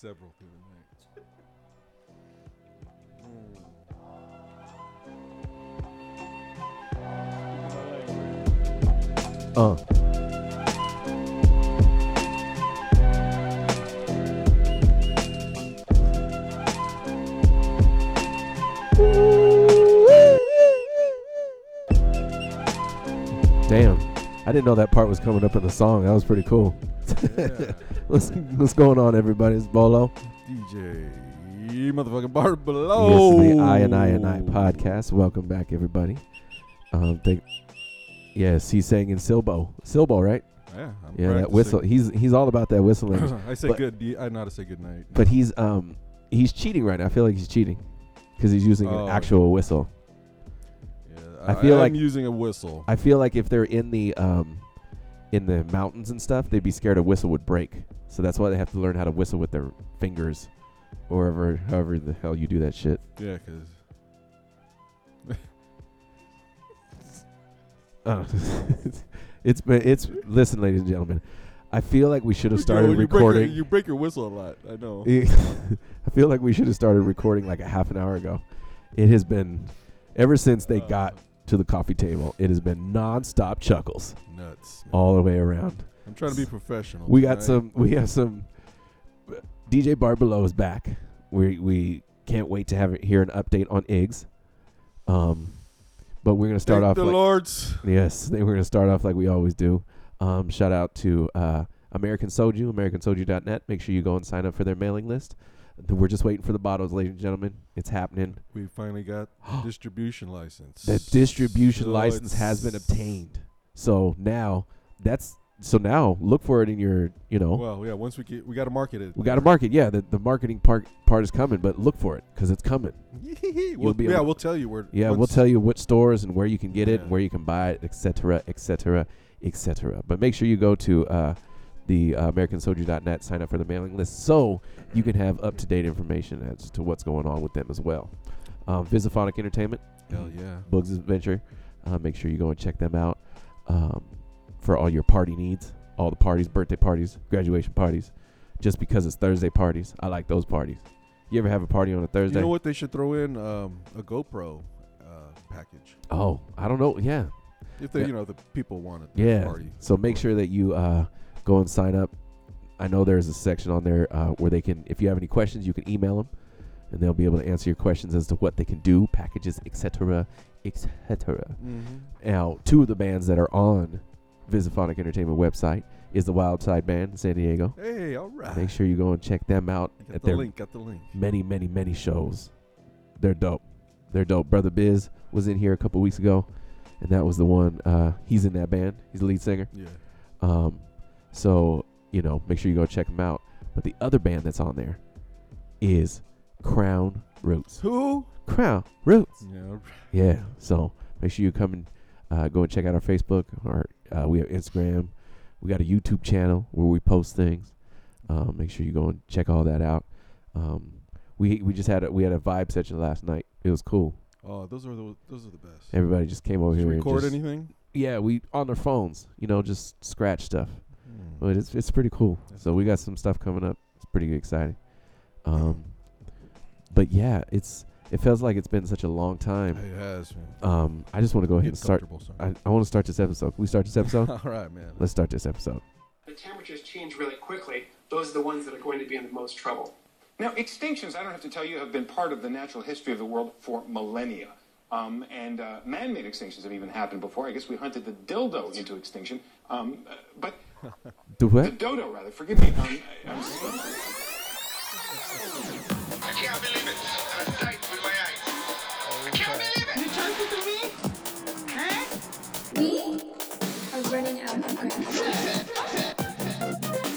several through the night. Uh. Damn. I didn't know that part was coming up in the song. That was pretty cool. what's, what's going on, everybody? It's Bolo. DJ motherfucking This Barbalo. is the I and I and I podcast. Welcome back, everybody. Um, thank. Yes, he sang in Silbo. Silbo, right? Yeah, I'm Yeah, that whistle. He's he's all about that whistling. I say But- good. d- I know how to say good night. but he's um he's cheating right now. I feel like he's cheating because he's using Oh. an actual whistle. Yeah, I feel am like- using a whistle. I feel like if they're in the um in the mountains and stuff, they'd be scared a whistle would break. So that's why they have to learn how to whistle with their fingers, or however, however the hell you do that shit. yeah, because Uh, it's been it's listen, ladies and gentlemen. I feel like we should have started you recording. Break your, you break your whistle a lot. I know. I feel like we should have started recording like a half an hour ago. It has been ever since they Uh, got to the coffee table. It has been nonstop chuckles nuts. man. all the way around. I'm trying to be professional. We got tonight. some. We have some. DJ Barbelo is back. We we can't wait to have it, hear an update on Iggs. Um, but we're gonna start Thank off. the like, Lord's. Yes, they we're gonna start off like we always do. Um, shout out to uh, American Soju, AmericanSoju.net. Make sure you go and sign up for their mailing list. Th- We're just waiting for the bottles, ladies and gentlemen. It's happening. We finally got distribution license. The distribution So license has been it's- obtained. So now that's so now look for it in your you know Well, yeah. Once we get, we got to market it. we got to market. Yeah, the, the marketing part part is coming, but look for it because it's coming. we'll, be yeah, able- we'll tell you where. Yeah, we'll once- tell you what stores and where you can get it, Yeah. where you can buy it, et cetera, et cetera, et cetera. But make sure you go to uh, the uh, AmericanSoldier.net, sign up for the mailing list so you can have up to date information as to what's going on with them as well. Um, Visophonic Entertainment, Hell yeah. Bugs Adventure, uh, make sure you go and check them out um, for all your party needs, all the parties, birthday parties, graduation parties, just because it's Thursday parties. I like those parties. You ever have a party on a Thursday? You know what they should throw in? Um, a GoPro uh, package. oh, I don't know. Yeah. If they, Yeah. you know, the people want it. Yeah. Party. So make sure that you uh, go and sign up. I know there's a section on there uh, where they can, if you have any questions, you can email them, and they'll be able to answer your questions as to what they can do, packages, etc., etc. Mhm. Now, two of the bands that are on Visophonic Entertainment website is the Wild Side Band in San Diego. Hey, all right. Make sure you go and check them out Got at the their link. Got the link. many, many, many shows. They're dope. They're dope. Brother Biz was in here a couple weeks ago, and that was the one. Uh, he's in that band. He's the lead singer. Yeah. Um, so you know, make sure you go check them out. But the other band that's on there is Crown Roots. Who? Crown Roots. Yeah. all right. Yeah. So make sure you come and uh, go and check out our Facebook. Our uh, we have Instagram. We got a YouTube channel where we post things. Um, make sure you go and check all that out. Um, we we just had a, we had a vibe session last night. It was cool. Oh, those are the those are the best. Everybody just came over Did you here. record and just, anything? yeah, we on their phones. You know, just scratch stuff. Hmm. But it's it's pretty cool. That's So we got some stuff coming up. It's pretty exciting. Um, but yeah, it's it feels like it's been such a long time. It has, man. Um, I just want to go ahead Getting and start. comfortable, son. I, I want to start this episode. Can we start this episode? all right, man. Let's start this episode. the temperatures change really quickly, those are the ones that are going to be in the most trouble. Now, extinctions, I don't have to tell you, have been part of the natural history of the world for millennia. Um, and uh, man made extinctions have even happened before. I guess we hunted the dildo into extinction. Um, uh, but the Do what? dodo, rather, forgive me. Um, I, I'm I can't believe it. I'm tight with my eyes. I can't believe it. You talking to me? Huh? We are running out of ground.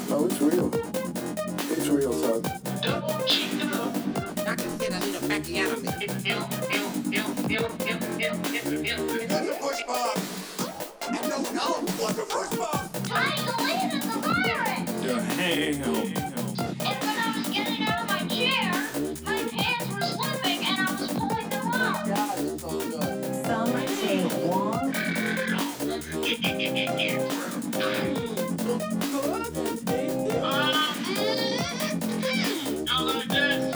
Oh, it's real. It's real, son. I consider me the back enemy. It's a push bomb. I don't know what a push bomb. trying to listen to the virus. And when I was getting out of my chair, my pants were slipping and I was pulling them up. Some take one. Uh,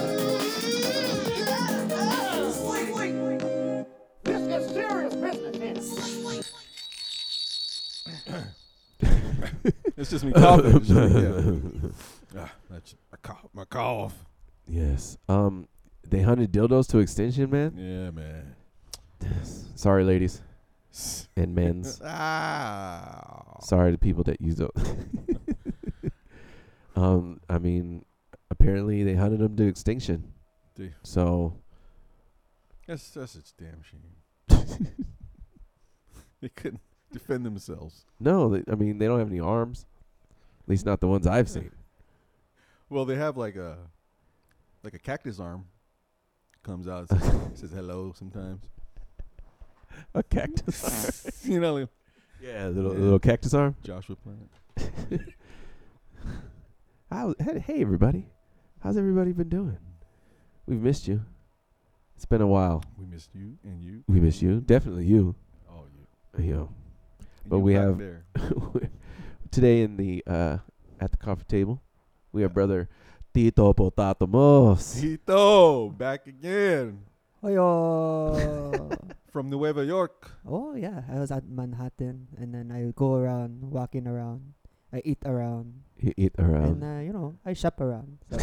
It's just me coughing. It's just me, yeah. Ah, that's my cough. My cough. Yes. Um, they hunted dildos to extinction, man. Yeah, man. Sorry, ladies and men's. Ah. Sorry to people that use those. um, I mean, apparently they hunted them to extinction. They- So That's that's a damn shame. they couldn't defend themselves. no, they, I mean they don't have any arms. At least not the ones I've seen. Well, they have like a like a cactus arm comes out and says, says hello sometimes. A cactus. you know, like yeah, little Yeah. little cactus arm. Joshua Plant. How, hey, hey, everybody. How's everybody been doing? We've missed you. It's been a while. We missed you and you. We miss you. Definitely you. Oh, you. You know, And But you we back have- there. today in the uh, at the coffee table, we have brother Tito Potato Mos. Tito back again Oh, from Nueva York. oh yeah, I was at Manhattan, and then I go around, walking around, I eat around, He eat around. and uh, you know, I shop around. So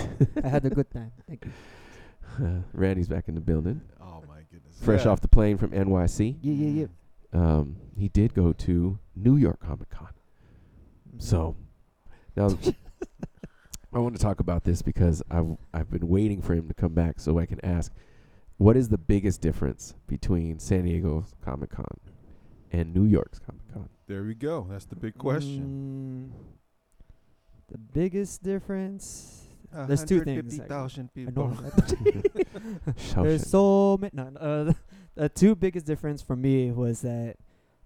I had a good time. Thank you. Randy's back in the building, Oh my goodness. fresh Yeah. off the plane from NYC. Yeah, yeah, yeah. Um, he did go to New York Comic Con. Mm-hmm. So now I want to talk about this because I've I've been waiting for him to come back so I can ask what is the biggest difference between San Diego's Comic Con and New York's Comic Con? There we go. That's the big question. Mm, the biggest difference. There's two things, actually. 150,000 I people. know. There's so many. No, uh, the two biggest difference for me was that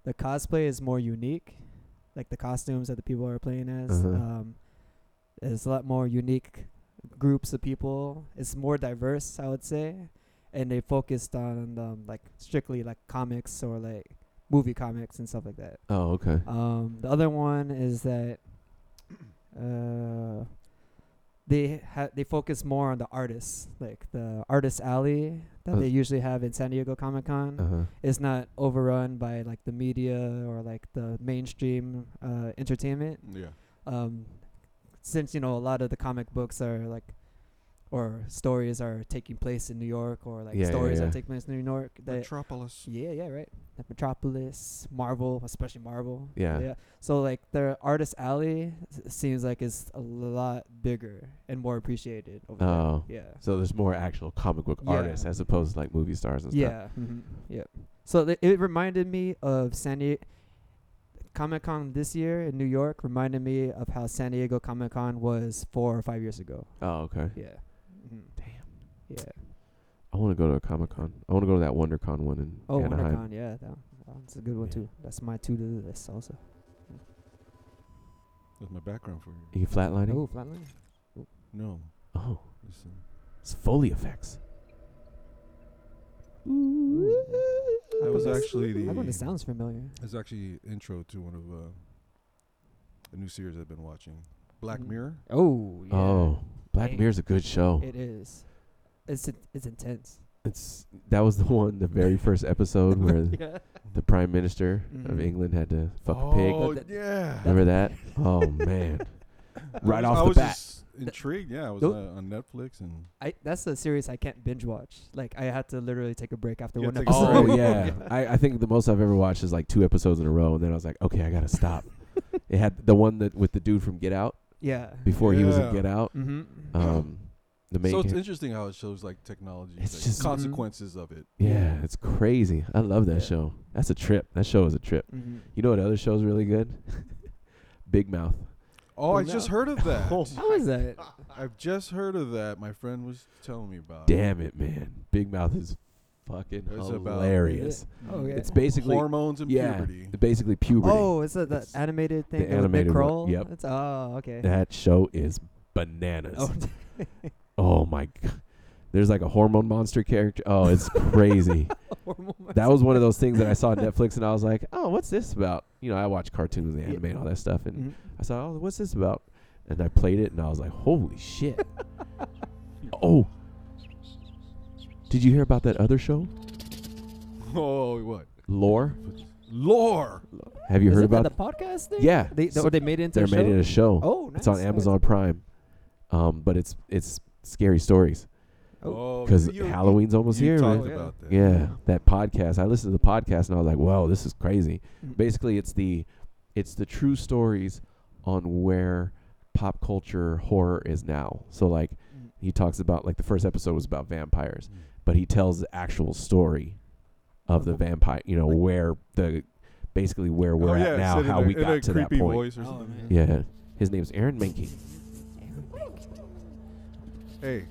the cosplay is more unique, like the costumes that the people are playing as. Uh-huh. Um, there's a lot more unique groups of people. It's more diverse, I would say, and they focused on um, like strictly like comics or like movie comics and stuff like that. oh, okay. Um, the other one is that uh, they ha- they focus more on the artists, like the artist alley that Uh, they usually have in San Diego Comic Con. Uh-huh. is not overrun by like the media or like the mainstream uh, entertainment. Yeah. Um, since you know a lot of the comic books are like or stories are taking place in New York or like Yeah, yeah, stories yeah. are taking place in New York. That Metropolis. yeah, yeah, right. Like Metropolis, Marvel, especially Marvel. Yeah. Yeah. So like their artist alley s- seems like it's a lot bigger and more appreciated over Oh. there. Yeah. So there's more actual comic book Yeah. artists as opposed to like movie stars and stuff. Yeah. Mm-hmm. Yep. So th- it reminded me of San Diego Comic Con this year in New York. Reminded me of how San Diego Comic Con was four or five years ago. Oh, okay. Yeah. Mm-hmm. Damn. Yeah. I want to go to a Comic Con. I want to go to that WonderCon one in Oh, Anaheim. WonderCon. Yeah, that one- that one's a good one Yeah. too. That's my two to the list also. That's my background for you. Are you flatlining? Oh, flatline. No. Oh, Listen. it's Foley effects. That was actually the. That one sounds familiar. It's actually intro to one of uh, a new series I've been watching, Black Mhm. Mirror. Oh. Yeah. Oh, Black Dang. Mirror's a good show. It is. It's in- it's intense. It's that was the one, the very first episode where Yeah. the Prime Minister of Mhm. England had to fuck a Mm-hmm. pig. Oh That- yeah. Remember that? Oh man, right I off was, I the was bat. just intrigued. Yeah, I was Nope. uh, on Netflix and I that's a series I can't binge watch. Like I had to literally take a break after You one had to take a episode. Oh yeah, I, I think the most I've ever watched is like two episodes in a row, and then I was like, okay, I gotta stop. it had the one that with the dude from Get Out yeah. before he was in Yeah. Get Out. Mm-hmm. Um, the main so it's ca- interesting how it shows like technology, It's like, just- Mhm. consequences of it. yeah, it's crazy. I love that Yeah. show. That's a trip. That show is a trip. mm-hmm. You know what other show's really good? Big Mouth. Oh, I Well, just now- heard of that. How is that? I've just heard of that. My friend was telling me about. it. Damn it, man. Big Mouth is fucking It's about- hilarious. Oh yeah. It's basically hormones and yeah, puberty. basically puberty. oh, it's a, that It's animated the thing. with Nick animated one, Kroll. yep. It's, oh okay. That show is bananas. Oh, Oh my god. There's like a hormone monster character. Oh, it's crazy. hormone monster. that was one of those things that I saw on Netflix and I was like, "Oh, what's this about?" You know, I watch cartoons and Yeah. anime and all that stuff and Mhm. I saw, "Oh, what's this about?" And I played it and I was like, "Holy shit." oh. Did you hear about that other show? Oh, what? Lore? Lore. Have you Is heard it that about the podcast thing? Yeah, They- so or they made it into They a made show? it a show. Oh, it's on nice, nice. Amazon Prime, um, but it's it's scary stories Oh, because you- Halloween's almost you here. man. talked about that. Yeah, that podcast. I listened to the podcast and I was like, "Wow, this is crazy." Mm. Basically, it's the it's the true stories on where pop culture horror is now. So like Mm. he talks about like the first episode was about vampires, Mm. but he tells the actual story of the vampire, you know, where the basically where we're Oh, at yeah, now, said in how a- we in a got to that creepy point. voice or something. Yeah. His name's Aaron Menke. Hey,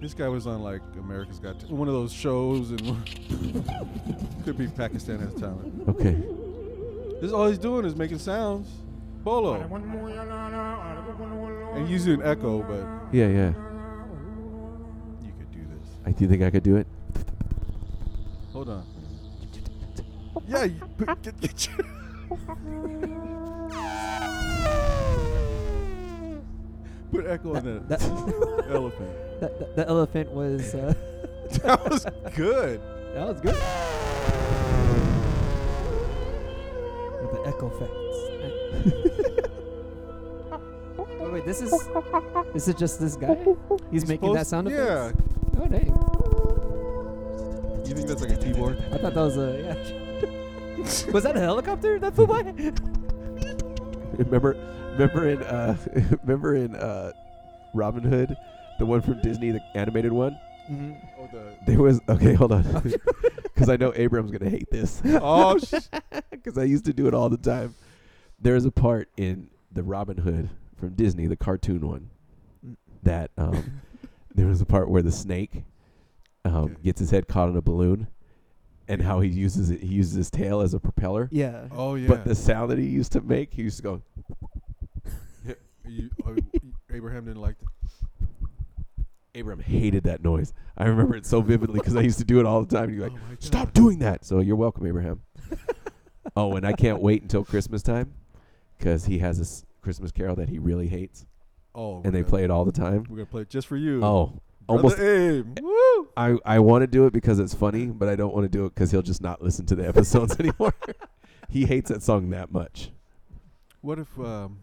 this guy was on like America's Got Ta- one of those shows, and could be Pakistan has talent. Okay. This all he's doing is making sounds, bolo, and using echo. But Yeah, yeah. you could do this. I do you think I could do it. Hold on. Yeah, you, put- get, get your. Put echo on that, That, elephant. that, that- the elephant was. Uh, That was good. that was good. With the echo effects. oh, wait, this is this is just this guy. He's, making that supposed- sound yeah. effects. Yeah. Oh dang! You think that's like a keyboard? I thought that was a yeah. was that a helicopter that flew by? Remember, remember in uh, remember in uh, Robin Hood, the one from Disney, the animated one. Oh, the, There was okay, hold on, because I know Abram's gonna hate this, oh sh- because I used to do it all the time. There is a part in the Robin Hood from Disney, the cartoon one, that um, there was a part where the snake um, Okay. gets his head caught in a balloon, and how he uses it, he uses his tail as a propeller. Yeah. Oh yeah. But the sound that he used to make, he used to go. Yeah, you, oh, Abraham didn't like that. Abram hated that noise. I remember it so vividly because I used to do it all the time. And you're like, Oh my stop God." doing that. So you're welcome, Abraham. oh, and I can't wait until Christmas time because he has this Christmas carol that he really hates, Oh, we're and they gonna- play it all the time. We're gonna play it just for you. Oh, Brother almost. Eh, Abe. Woo! I, I want to do it because it's funny, but I don't want to do it because he'll just not listen to the episodes anymore. he hates that song that much. What if um,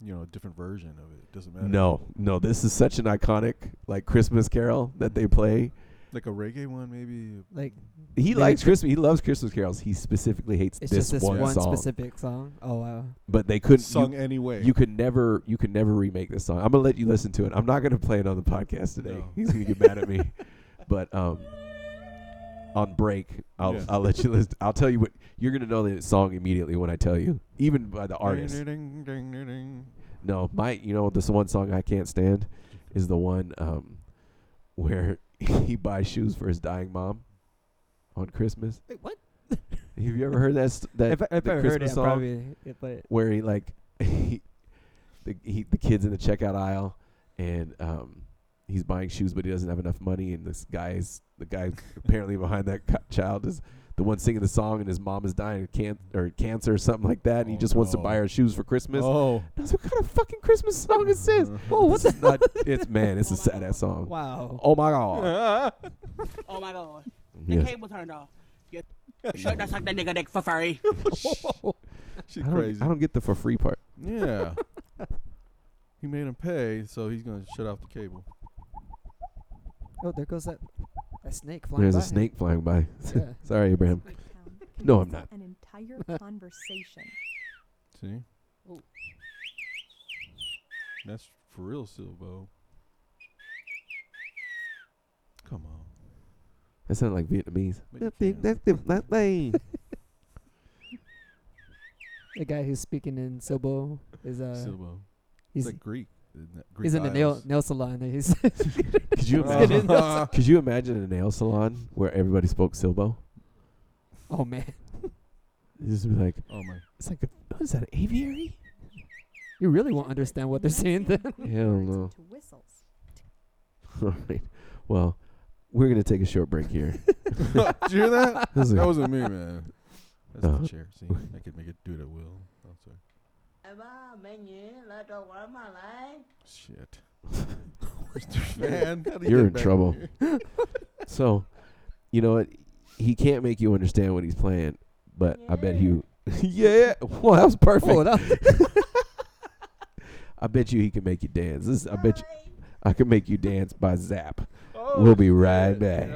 you know, a different version of it? Doesn't matter. No, no, this is such an iconic like Christmas carol that they play. like a reggae one, maybe. Like He Maybe likes it's- Christmas. He loves Christmas carols. He specifically hates it's this, just this one, one, song. specific song. Oh wow. But they couldn't. Sung you, anyway. you could never. You could never remake this song. I'm gonna let you listen to it. I'm not gonna play it on the podcast today. No. He's gonna get mad at me. But um, on break, I'll Yeah. I'll let you listen. I'll tell you what you're gonna know the song immediately when I tell you, even by the artist. Ding, ding, ding, ding, ding. No, my you know this one song I can't stand is the one um where he buys shoes for his dying mom on Christmas. Wait, what? Have you ever heard that st- that if I, if the I Christmas heard it, I song probably. Yeah, but where he like he, the he the kids in the checkout aisle and um he's buying shoes but he doesn't have enough money and this guy's the guy apparently behind that co- child is the one singing the song and his mom is dying of can- or cancer or something like that and he Oh, just wants to no. buy her shoes for Christmas. Oh, That's what kind of fucking Christmas song Oh, is this? Whoa, what Mm-hmm. This is not- it's man, it's a sad ass song. wow. Oh my god. Oh my god. The Yes. cable turned off. You should have sucked that nigga dick for free. she I don't, crazy. I don't get the for free part. Yeah. he made him pay, so he's gonna shut off the cable. Oh, there goes that, that snake flying There's by. a snake flying by. Yeah. Sorry, Abraham. No, I'm not. An entire conversation. See? Oh. That's for real, Silvo. Come on. That sounded like Vietnamese. But you can't. The guy who's speaking in Sobo is uh Silbo. It's he's like Greek. isn't it? Greek he's in the nail islands. nail salon. and He's Could you Let's get imagine? into it. could you imagine a nail salon where everybody spoke Silbo? oh man, It'd Just be like, Oh my. it's like, a, what is that? An aviary? you really won't understand what they're saying then. Hell no. To whistles. All right. Well, we're gonna take a short break here. Did you hear that? This is That a- wasn't me, man. That's Uh, the chair. See, I could make it do it at will. Oh, sorry. Shit. man, how do you You're get in back trouble. here? so, you know what? He can't make you understand what he's playing, but I bet you, yeah. Well, that was perfect. Oh, that I bet you he can make you dance. This, I bet you, I can make you dance by Zap. Oh, we'll be right back.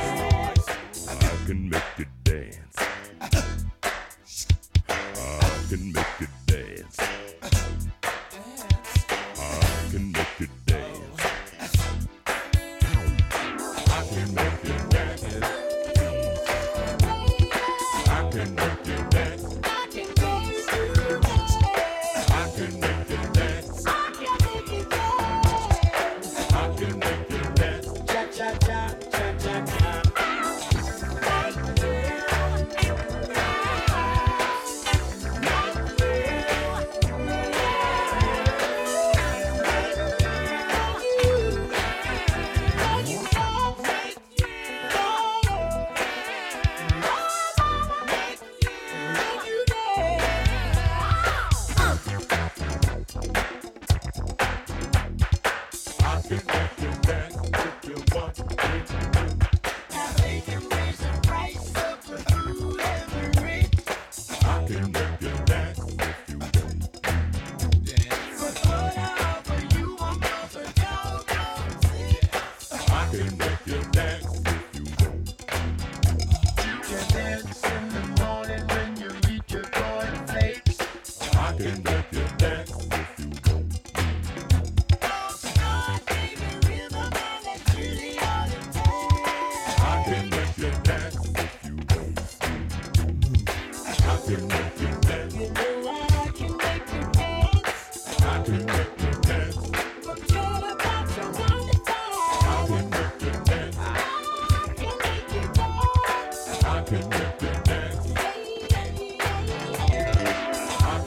I can make you dance. I can make you dance. I can make you dance. I can make you dance. I can make you dance. I can make you dance. I can make you dance. Cha cha cha cha cha cha. I can make you dance if you want. You can dance in the morning when you eat your cornflakes. I can make you dance if you want. I can make you dance if you want. I can make you dance. I can make you dance. I can make you dance. I can make you dance. I can make you dance. I can make you dance. I can make you dance. I can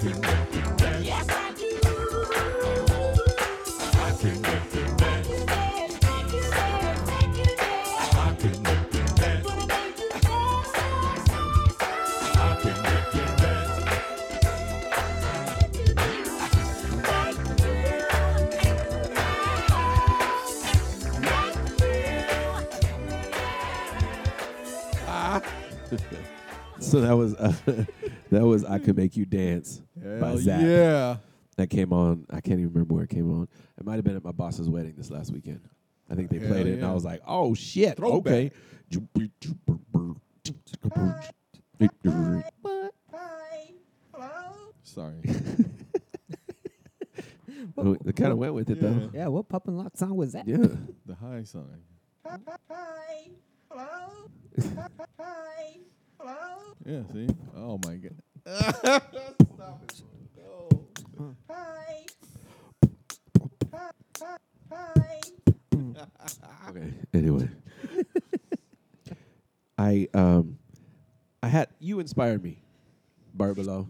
make you dance. so that was uh, that was I could make you dance by Hell Zach. yeah. that came on. I can't even remember where it came on. It might have been at my boss's wedding this last weekend. I think they Hell played it, and I yeah. was like, "Oh shit, okay." Sorry. It kind of went with it though. Yeah, what poppin' lock song was that? Yeah. The high song. Yeah, see? Oh my god. Stop it. No. Okay. Anyway, I um, I had you inspired me, Barbalo.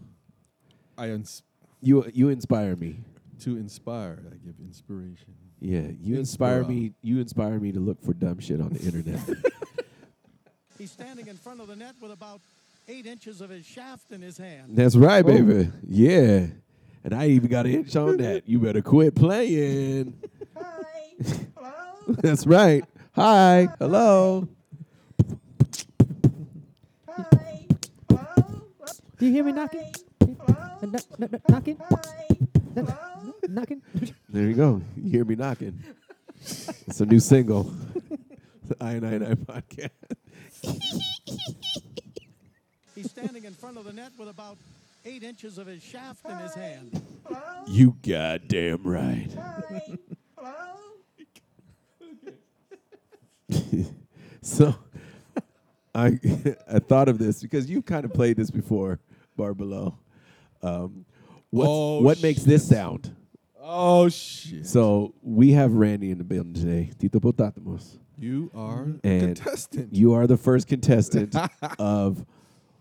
I ins- you you inspire me To inspire, I give inspiration. Yeah, you inspire me. You inspire me to look for dumb shit on the internet. He's standing in front of the net with about eight inches of his shaft in his hand. That's right, baby. Yeah, Oh. and I even got an inch on that. You better quit playing. That's right. Hi. Hello. Do you hear me knocking? Kn- kn- kn- Knocking? Kn- kn- Knocking? There you go. You hear me knocking. it's a new single. the I and I and I podcast. He's standing in front of the net with about eight inches of his shaft in his hand. you goddamn right. so I I thought of this because you've kind of played this before, Barbelo. Um, what's- Oh, what makes this sound? Oh shit! So we have Randy in the building today, Tito Potatomos. You are a and contestant. You are the first contestant of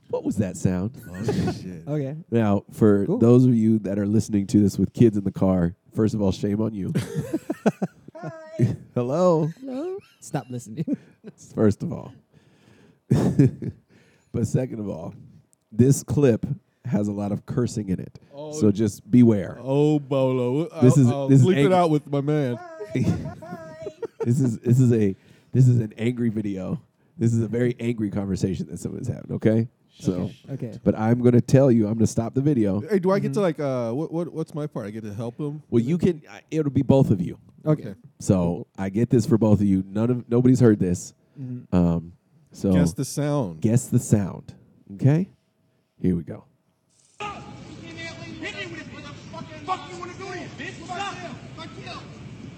what was that sound? Oh, shit. Okay. Now, for Cool. those of you that are listening to this with kids in the car, first of all, shame on you. Hello. Hello. Stop listening. First of all. but second of all, this clip has a lot of cursing in it. so just beware. Oh, Bolo. This I'll, is- I'll this is bleep it ang- out with my man. this is this is a this is an angry video. This is a very angry conversation that someone's having. Okay, so Okay. But I'm gonna tell you, I'm gonna stop the video. Hey, do I get to like uh, what, what what's my part? I get to help him. Well, you can. I- It'll be both of you. Okay. So I get this for both of you. None of nobody's heard this. Mhm. Um, so Guess the sound. Guess the sound. Okay. Here we go. Hit me with it, motherfucker. Fuck you wanna do to you, bitch? Stop. Fuck you.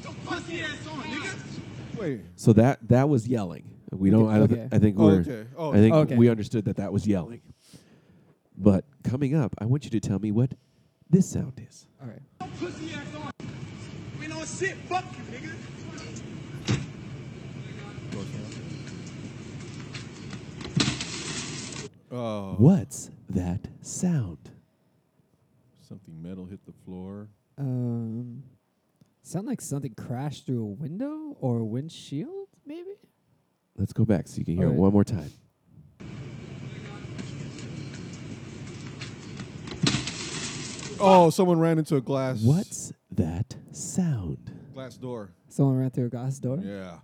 Don't pussy ass on, nigga. Wait. So that that was yelling. We don't. I, don't thi- Okay. I think Oh, we're. okay. Oh, I think okay. we understood that that was yelling. But coming up, I want you to tell me what this sound is. All right. Don't pussy ass on. We know shit. Fuck you, nigga. Oh. What's that sound? Something metal hit the floor. Um, sound like something crashed through a window or a windshield, maybe. Let's go back so you can hear it Alright. one more time. Oh, someone ran into a glass. What's that sound? Glass door. Someone ran through a glass door. Yeah.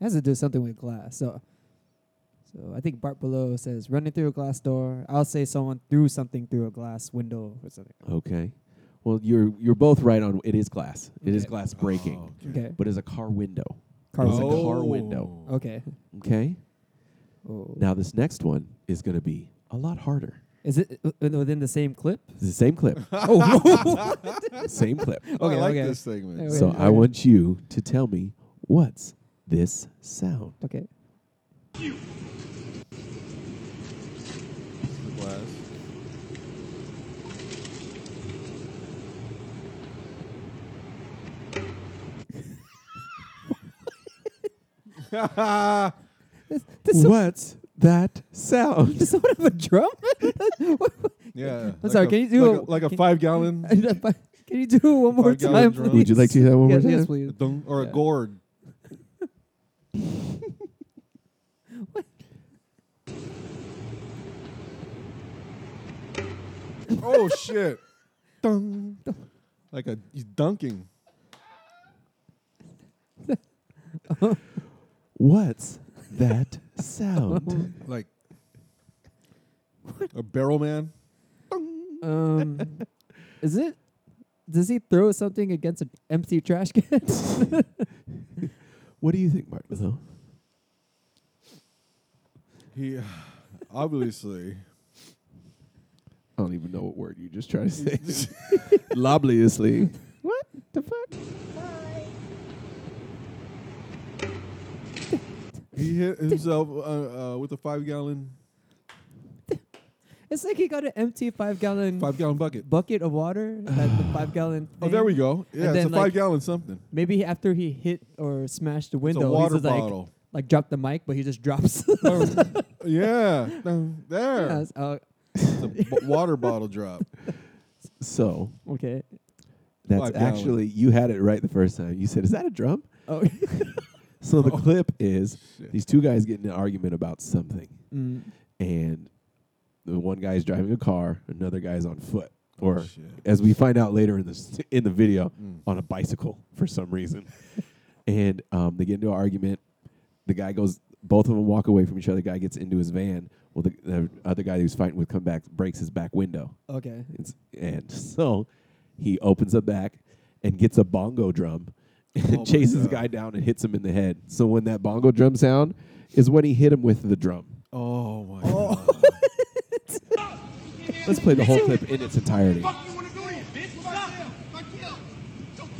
It has to do something with glass. So, so I think Bart Below says running through a glass door. I'll say someone threw something through a glass window or something. Okay. Well, you're you're both right on. It is glass. It is Okay. Oh, glass breaking. okay. Okay. But it's a car window. Car it's a window. Oh. car window. Okay. Okay. Oh. Now this next one is going to be a lot harder. Is it uh, within the same clip? It's the same clip. Oh, same clip. Oh, I Okay, like okay. this segment. So Okay. I want you to tell me what's this sound. Okay. The glass. What's that sound? Does someone have a drum? Yeah. I'm sorry. a- can you do like a, it- like a can- five gallon? Can you do it one more five-gallon time, drum? please? yes, Yes, please. A dung- or a gourd. oh shit! Dung. Like a he's dunking. What's that sound? like a barrel man. Um, is it? Does he throw something against an empty trash can? what do you think, Mark? Mazzone? He obviously. I don't even know what word you just tried to say. Lobliously. What the fuck? He hit himself uh, uh, with a five gallon It's like he got an empty five gallon five gallon bucket. bucket of water, like the five gallon. Oh, there thing, we go. and Yeah, it's then, a like, five gallon something. Maybe after he hit or smashed the window, water he just like bottle. Oh, like dropped the mic, but he just drops. yeah, Dun. there. Yes, uh, It's a b- water bottle drop. So okay. That's Five gallon. actually you had it right the first time. You said, "Is that a drum?" Oh. so the clip is these two guys get in an argument about something, Mm. and the one guy is driving a car, another guy is on foot, Oh, or as we find out later in the s- in the video, Mm. on a bicycle for some reason. and um, they get into an argument. The guy goes, both of them walk away from each other. The guy gets into his van. Well, the, the other guy he was fighting with come back, breaks his back window. Okay. It's, and so he opens the back and gets a bongo drum and chases the guy down and hits him in the head. So when that bongo drum sound is when he hit him with the drum. Oh my god. Let's play the whole clip in its entirety.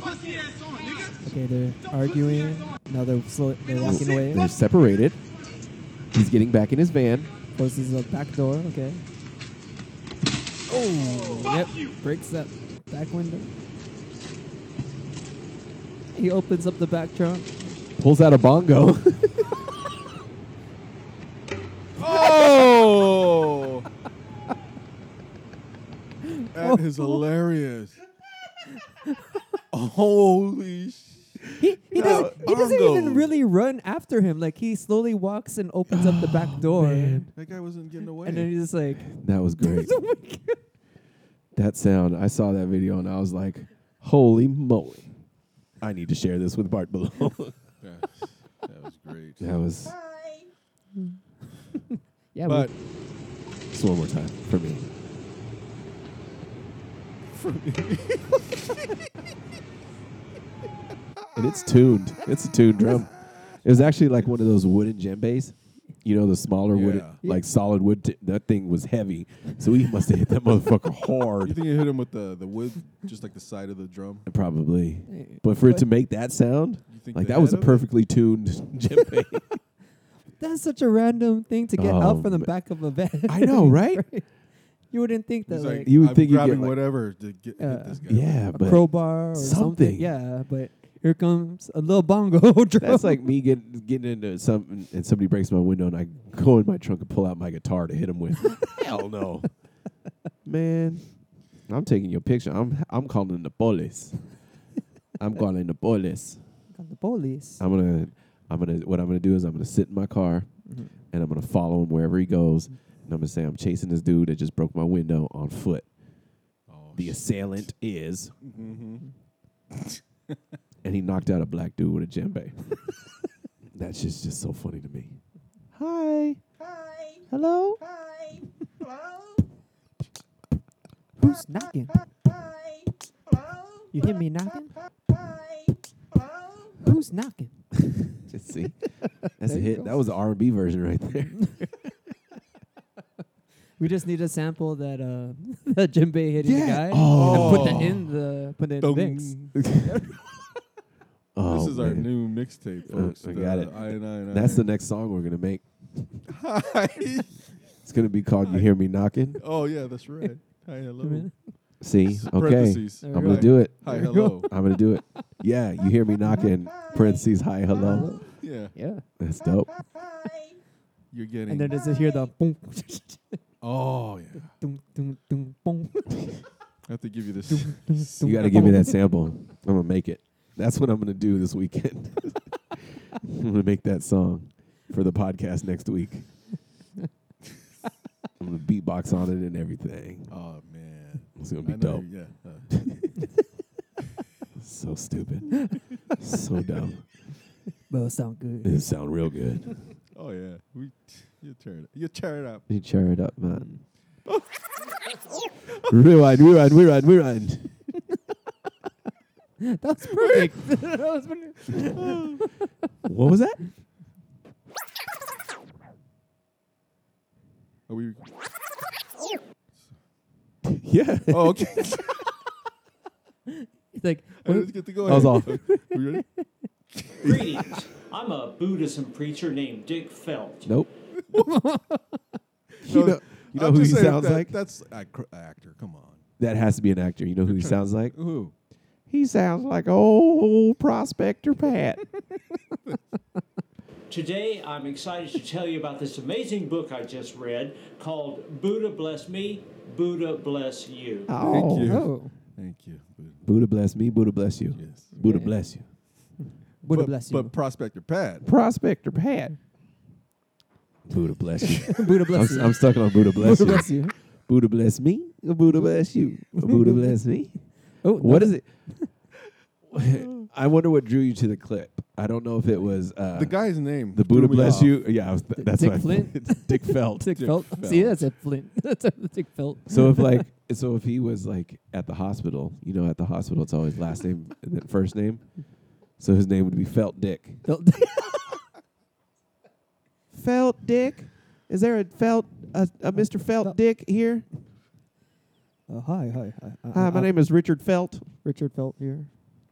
Okay, they're arguing. Now they're slow, they're walking away. They're separated. He's getting back in his van. Closes the back door. Okay. Oh, yep. Breaks that back window. He opens up the back trunk. pulls out a bongo. oh! That is hilarious. Holy sh! He, he, Now, doesn't, he doesn't even bongos. really run after him. Like he slowly walks and opens up the Oh, back door, That guy wasn't getting away. and then he's just like, That was great. Oh that sound. I saw that video and I was like, holy moly. I need to share this with Bart below. that was great. that was "Yeah, But- just one more time for me. And it's tuned. It's a tuned drum. It was actually like one of those wooden djembes. You know, the smaller wooden, like solid wood. T- that thing was heavy. So he must have hit that motherfucker hard. You think you hit him with the, the wood, just like the side of the drum? Probably. But for it to make that sound, You think like they that was a had of it? perfectly tuned djembe. that's such a random thing to get out Oh, from the ma- back of a van." I know, right? You wouldn't think that. He's like, Uh, like, You would I'm think you'd get, grabbing like- whatever to get hit this guy. yeah, a but crowbar or something. something. Yeah, but here comes a little bongo drum. That's like me getting getting into some and somebody breaks my window and I go in my trunk and pull out my guitar to hit him with. Hell no, man! I'm taking your picture. I'm I'm calling the police. I'm calling the police. Got the police. I'm gonna I'm gonna what I'm gonna do is I'm gonna sit in my car Mhm. and I'm gonna follow him wherever he goes and I'm gonna say I'm chasing this dude that just broke my window on foot. Oh, the assailant is Mm-hmm. and he knocked out a black dude with a djembe. That's just just so funny to me. Hi. Hi. Hello. Hi. Hello. Who's knocking? You hear me knocking? Who's knocking? Just see, that's a There you hit. go. That was the R and B version right there. We just need to sample that uh that djembe hitting the Yeah. guy Oh. and put that in the put that in mix. Oh, this is our man. new mixtape, Uh, folks. I got the it. I and I and That's the I. next song we're gonna make. It's gonna be called "You Hear Me Knocking." oh yeah, that's right. Hi, hello. See, okay, Parentheses. I'm There we gonna go. do it. Hi, hello. I'm gonna do it. Yeah, you hear me knocking. Parentheses, hi, hello. Yeah. Yeah. That's dope. You're getting. And then just hear the boom. oh yeah. Dum, dum, dum, boom. I have to give you this. You got to give me that sample. I'm gonna make it. That's what I'm gonna do this weekend. I'm gonna make that song for the podcast next week. I'm gonna beatbox on it and everything. oh man. It's gonna be I know dope. you- uh. Yeah. So stupid. so dumb. But it'll sound good. It sound real good. uh, oh yeah. We. You tear it. You tear it up. You cheer it up, man. rewind, rewind, rewind, rewind. That's perfect. that was pretty- What was that? Are we? Yeah. Oh okay. It's like I just get to go. I was ahead. off. we ready? Greetings. I'm a Buddhism preacher named Dick Felt. Nope. No, you know, you know I'm who he just saying sounds that- like? That's a cr- uh, actor. Come on. That has to be an actor. You know who he sounds like? Who? He sounds like old prospector Pat. Today, I'm excited to tell you about this amazing book I just read called Buddha Bless Me, Buddha Bless You. Oh. Thank you. Thank you. Buddha. Buddha bless me. Buddha bless you. Yes. Buddha Yeah. bless you. Buddha but, bless you. But Prospector Pat. Prospector Pat. Buddha bless you. Buddha bless I'm, you. I'm stuck on Buddha bless Buddha you. bless you. Buddha bless me. Buddha bless you. Buddha bless me. Oh, what no. is it? I wonder what drew you to the clip. I don't know if it was uh, The guy's name The Buddha threw me bless off. you. Yeah, I was, th- that's Dick what I- Flint. Dick Felt. Dick Felt. See, that's a Flint. That's a Dick Felt. So if like so if he was like at the hospital, you know, at the hospital it's always last name and then first name. So his name would be Felt Dick. Felt Felt Dick? Is there a Felt a, a Mr. Felt Dick here? Uh, hi, hi, hi. I- Hi, uh, I- my I- name is Richard Felt. Richard Felt here.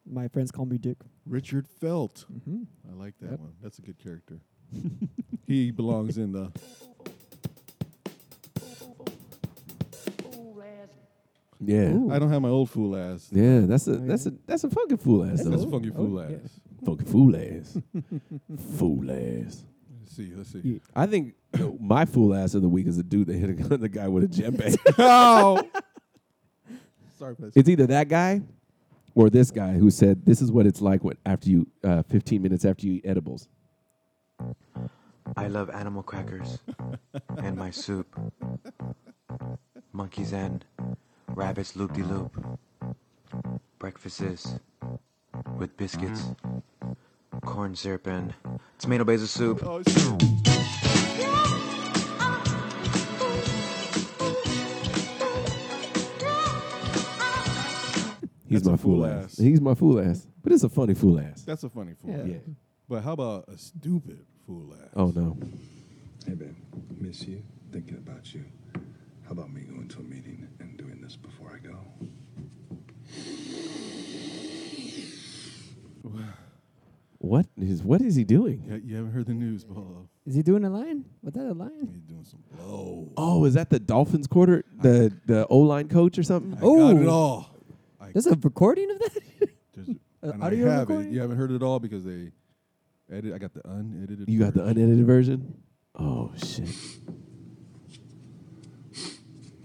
My friends call me Dick. Mm-hmm. Richard Felt. I like that one. That's a good character. he belongs in the. Yeah. I don't have my old fool ass. Yeah, that's a that's a that's a funky fool ass. Oh, That's a though. Oh, funky fool Oh, ass. Funky fool ass. fool ass. Let's see. Let's see. I think my fool ass of the week is the dude that hit a gun, the guy with a djembe. oh. Sorry, but It's either that guy or this guy who said this is what it's like when after you uh, 15 minutes after you eat edibles. I love animal crackers and my soup. Monkey's end, rabbits loop de loop. Breakfasts with biscuits, corn syrup, and tomato basil soup. He's That's a my fool, fool ass. ass. He's my fool ass. But it's a funny fool ass. That's a funny fool. Yeah. ass. Yeah. But how about a stupid fool ass? Oh no. Hey, babe. Miss you. Thinking about you. How about me going to a meeting and doing this before I go? What is what is he doing? Yeah, you haven't heard the news, Paulo. Is he doing a line? Was that a line? He's doing some blow. Oh, is that the Dolphins quarter? The the O line coach or something? Oh, got it all. There's a recording of that. Uh, And audio I have recording? it. You haven't heard it all because they edit. I got the unedited. You got the version. unedited version? Oh shit.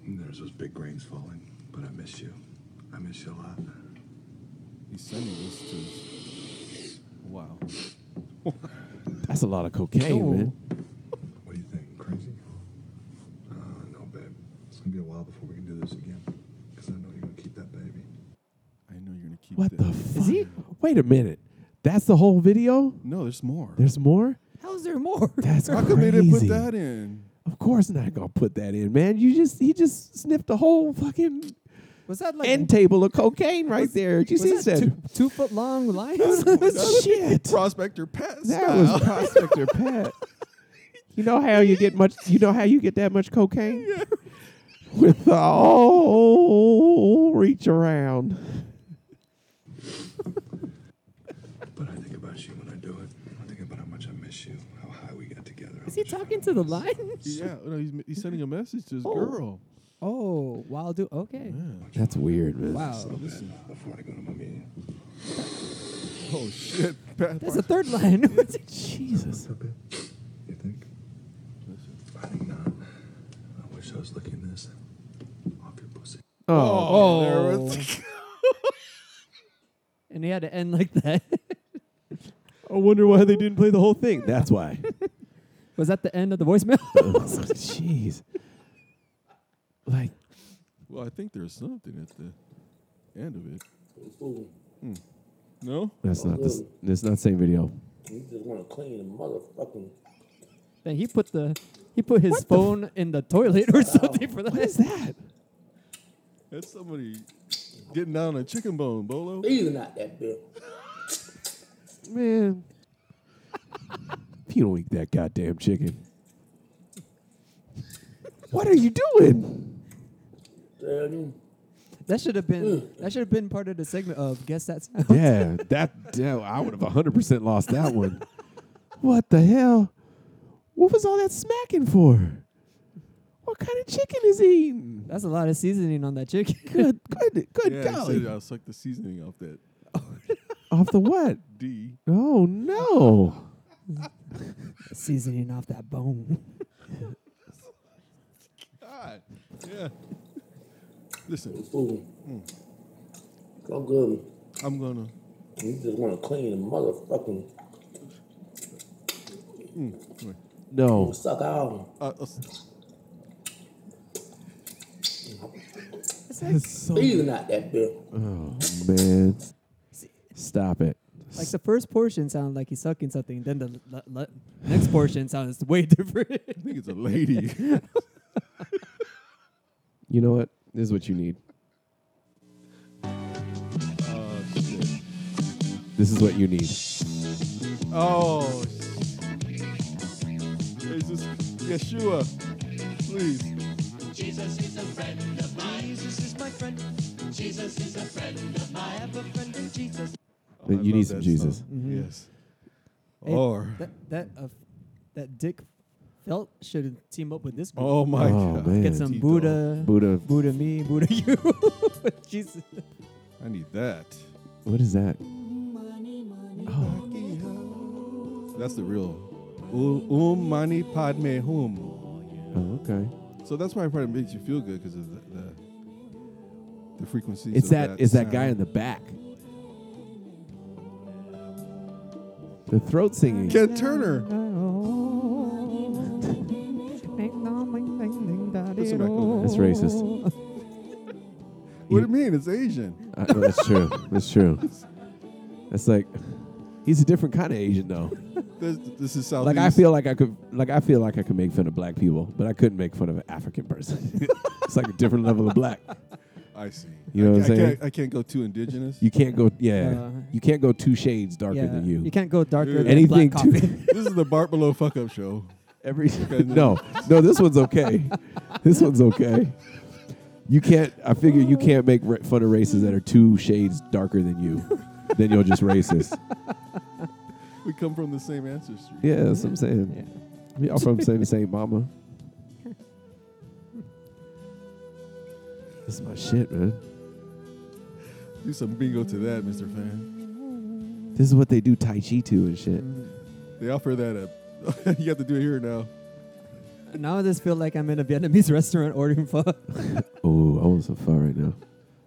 And there's those big grains falling. But I miss you. I miss you a lot. He's sending this to. us. Wow. That's a lot of cocaine, Oh. man. What do you think? Crazy? Uh, no, babe. It's gonna be a while before we can do this again. Cause I know you're gonna keep that baby. I know you're gonna keep. What the that. fuck? Wait a minute. That's the whole video? No, there's more. There's more? How is there more? That's How come they didn't put crazy. that in? Of course not gonna put that in, man. You just he just sniffed the whole fucking Was that like end table of cocaine right there. Did you was see that that? two, two foot long lines? Shit. Prospector Pat. That was style. Prospector Pat. You know how you get much you know how you get that much cocaine? With the whole reach around. But I think about you when I do it. I think about how much I miss you. How high we got together. how Is he much I talking to the lines? yeah, no, he's, he's sending a message to his Oh. girl. Oh, wow, dude. Okay. That's weird, man. Wow. Listen. Before I go to my meeting. Oh shit, Pat. That's a third line. Jesus. You think? I think not. I wish I was looking this off your pussy. Oh, there Oh. it- and he had to end like that. I wonder why they didn't play the whole thing. That's why. Was that the end of the voicemail? Jeez. Like well, I think there's something at the end of it. Hmm. No. that's not this that's not the same video. You just want to clean the motherfucking. Then he put the he put his phone in the toilet or something for that. What is that? That's somebody getting down a chicken bone, Bolo. These are not that big. Man. if you don't eat that goddamn chicken. What are you doing? Tell you. That should have been that should have been part of the segment of guess that's Yeah, that damn, I would have 100% lost that one. what the hell? What was all that smacking for? What kind of chicken is he eating? That's a lot of seasoning on that chicken. Good, good, good yeah, I golly. said I'll suck the seasoning off that Off the what? D. Oh, no. seasoning off that bone. God. Yeah. Listen. Ooh. Mm. I'm good. I'm gonna. You just want to clean the motherfucking No. suck out. Uh, These are not that big. Oh man. Stop it. Like the first portion sounded like he's sucking something, then the l- l- next portion sounds way different. I think it's a lady. You know what? This is what you need. Ah, This is what you need. Oh. Jesus, Yeshua, please. Jesus is a friend of mine. Jesus is my friend. Jesus is a friend of mine. I have a friend in Jesus. Then you need some Jesus. Yes. Or- that that uh, that Dick Felt should team up with this. Group. Oh my Oh, God. man. Get some Tito. Buddha, Buddha. Buddha me, Buddha you. Jesus. I need that. What is that? That's the real. U- Um mani padme hum. Oh, okay. So that's why it probably makes you feel good because of the, the the frequencies. It's of that, it's that sound. guy in the back. The throat singing. Ken Turner. That's That's racist. What do you mean? It's Asian. I- no, that's true. That's true. That's like he's a different kind of Asian though. This, this is Southeast. Like I feel like I could like I feel like I could make fun of black people, but I couldn't make fun of an African person. it's like a different level of black. I see. You know I, what I'm I saying? Can't, I can't go too indigenous. You can't go yeah. Uh, you can't go two shades darker yeah. than you. You can't go darker Dude. than anything black too- coffee. This is the Bart Below fuck up show. Every no, no, this one's okay. This one's okay. You can't. I figure you can't make ra- fun of races that are two shades darker than you. then you're just racist. we come from the same ancestry. Yeah, that's what I'm saying. We all from the same, the same mama. This is my shit, man. Do some bingo to that, Mr. Fan. This is what they do Tai Chi to and shit. They offer that up. you have to do it here now. Now I just feel like I'm in a Vietnamese restaurant ordering pho. Oh, I want some pho right now.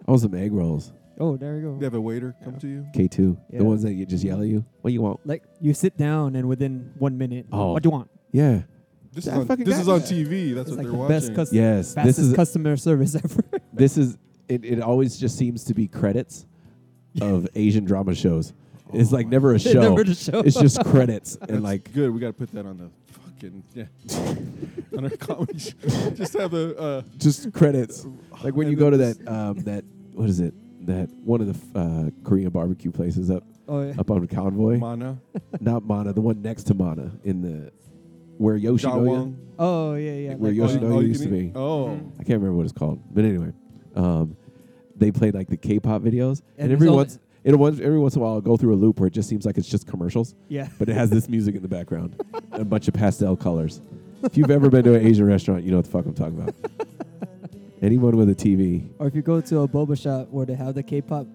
I want some egg rolls. oh, there we go. They have a waiter come to you. K2. Yeah. The ones that you just yell at you. What you want? Like you sit down and within one minute, Oh. what do you want? Yeah. This I is on, fucking this got is on that. TV. That's It's what like they're the watching. best cus- Yes, this fastest is- customer service ever. this is it, it always just seems to be credits of Asian drama shows. It's like never a They show. never just show It's just up. credits That's and like good. We got to put that on the fucking yeah. on our comedy show. Just have a uh, just credits. Like when you And go to then that um, that what is it? That one of the f- uh, Korean barbecue places up Oh, yeah. up on Convoy. Mana. Not Mana, the one next to Mana in the where Yoshinoya. Dawang. Oh yeah, yeah. where like, uh, Yoshinoya all you used to can be. eat? Oh. I can't remember what it's called, but anyway, um, they played like the K-pop videos, and, And every it's all- once, it once, every once in a while, I'll go through a loop where it just seems like it's just commercials. Yeah. But it has this music in the background, and a bunch of pastel colors. If you've ever been to an Asian restaurant, you know what the fuck I'm talking about. Anyone with a TV, Or if you go to a boba shop where they have the K-pop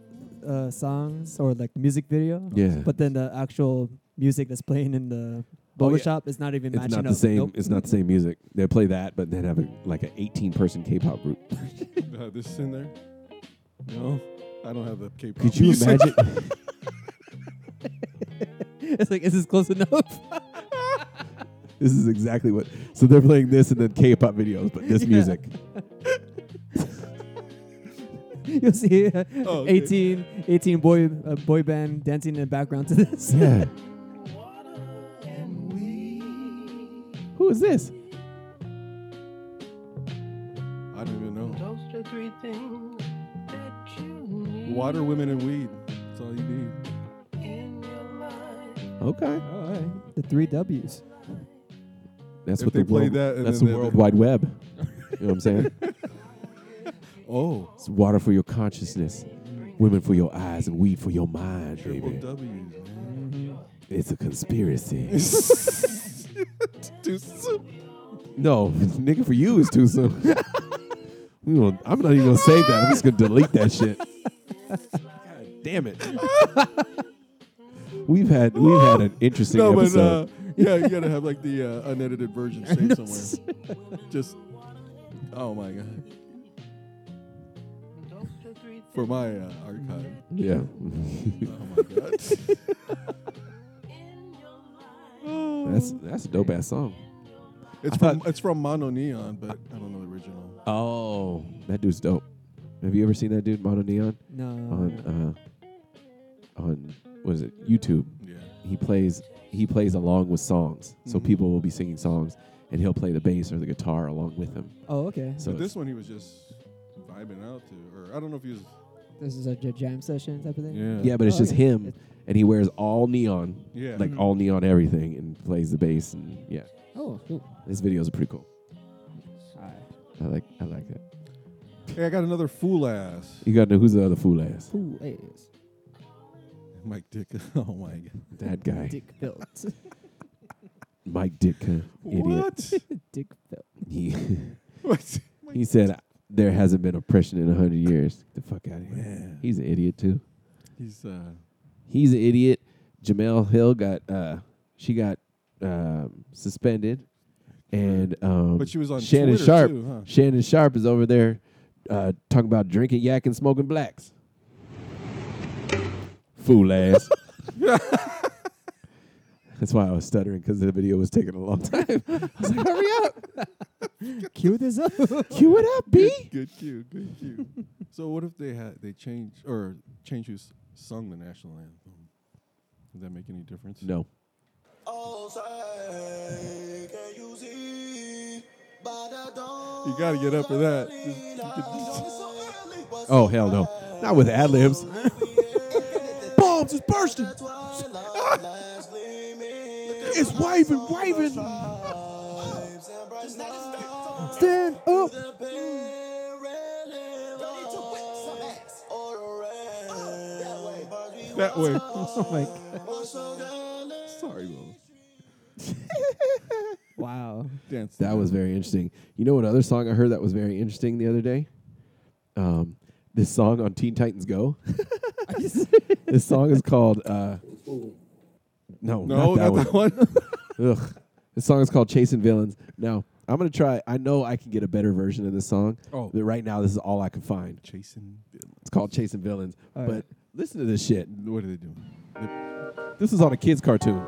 uh, songs or like the music video, Yeah. but then the actual music that's playing in the boba Oh, yeah. shop is not even it's matching not up. the same. Nope. It's not the same music. They play that, but then have a, like an 18-person K-pop group. Uh, this in there. No, I don't have the K-pop. Could you music. imagine? it's like, is this close enough? this is exactly what. So they're playing this and then K-pop videos, but this Yeah. music. You'll see uh, Oh, okay. 18, 18 boy uh, boy band dancing in the background to this. Yeah. Who is this? I don't even know. Those are three things that you need Water, women, and weed. That's all you need. in your life. Okay. All right. The three W's. That's If what they the play world, that and That's then the they- World Wide Web. you know what I'm saying? Oh, It's water for your consciousness, women for your eyes, and weed for your mind, triple baby. W's. It's a conspiracy. Too soon. no, nigga, for you is too soon. we will I'm not even gonna save that. I'm just gonna delete that shit. God damn it. we've had we've had an interesting No, but uh, episode. yeah, you gotta have like the uh, unedited version saved somewhere. Just, oh my god. Those are for my uh, archive. Yeah. oh my god. That's that's a dope ass song. It's from it's from Mono Neon, but I don't know the original. Oh, that dude's dope. Have you ever seen that dude, Mono Neon? No. On uh, on was it YouTube? Yeah. He plays he plays along with songs, so Mhm. people will be singing songs, and he'll play the bass or the guitar along with him. Oh, okay. So but this one he was just vibing out to, or I don't know if he was. This is a j- jam session type of thing. Yeah. Yeah, but it's Oh, just okay. him, and he wears all neon, Yeah. like Mhm. all neon everything, and plays the bass, and yeah. Oh, cool. His videos are pretty cool. Alright. I like I like that. Hey, I got another fool ass. You got to know who's the other fool ass? Cool ass. Mike Dick. Oh my god. That guy. Dick built. Mike Ditka, idiot. What? Dick built. He What? he said there hasn't been oppression in a hundred years. Get the fuck out of here. Man. He's an idiot too. He's uh. He's an idiot. Jamel Hill got uh she got um, suspended, and um, But she was on Shannon Twitter, Sharp. too, huh? Shannon Sharp is over there uh, talking about drinking yak and smoking blacks. Fool ass. That's why I was stuttering because the video was taking a long time. I was like, hurry up. Cue this up. Cue it up, B. Good cue. Good cue. so what if they had they changed or changed who s- sung the national anthem? Does that make any difference? No. You gotta get up for that. Just- you could- Oh hell no, not with ad libs. Bombs is bursting. It's waving, waving. Stand up. That way. oh my god. Sorry, Mama. Wow. Dance. That was very interesting. You know what other song I heard that was very interesting the other day? Um, this song on Teen Titans Go. this song is called. Uh, no, No, not that not that one. Ugh. This song is called Chasing Villains. Now I'm gonna try. I know I can get a better version of this song. Oh. but right now this is all I can find. Chasing villains. It's called Chasing Villains. All but right. listen to this shit. What are they doing? This is on a kids cartoon.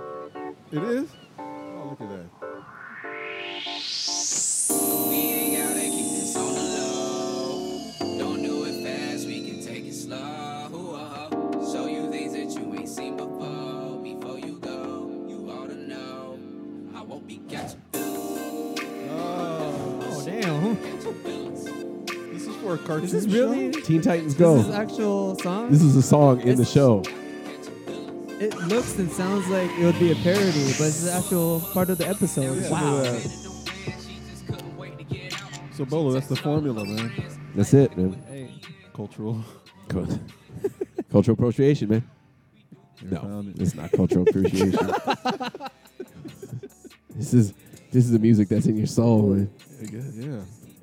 It is. Oh, look at that. We gotta keep this on the low. Don't do it fast, we can take it slow. Uh-huh. Show you things that you ain't seen before. Before you go, you ought to know. I won't be catching Oh damn. This is for a cartoon. Is this really? Teen Titans This Go. is actual song? This is a song in the show. It looks and sounds like it would be a parody, but it's the actual part of the episode. Wow. So Bolo, that's the formula, man. That's it, man. Cultural. Cul- cultural appropriation, man. No, found it. it's not cultural appreciation. this is this is the music that's in your soul, man. I guess, yeah.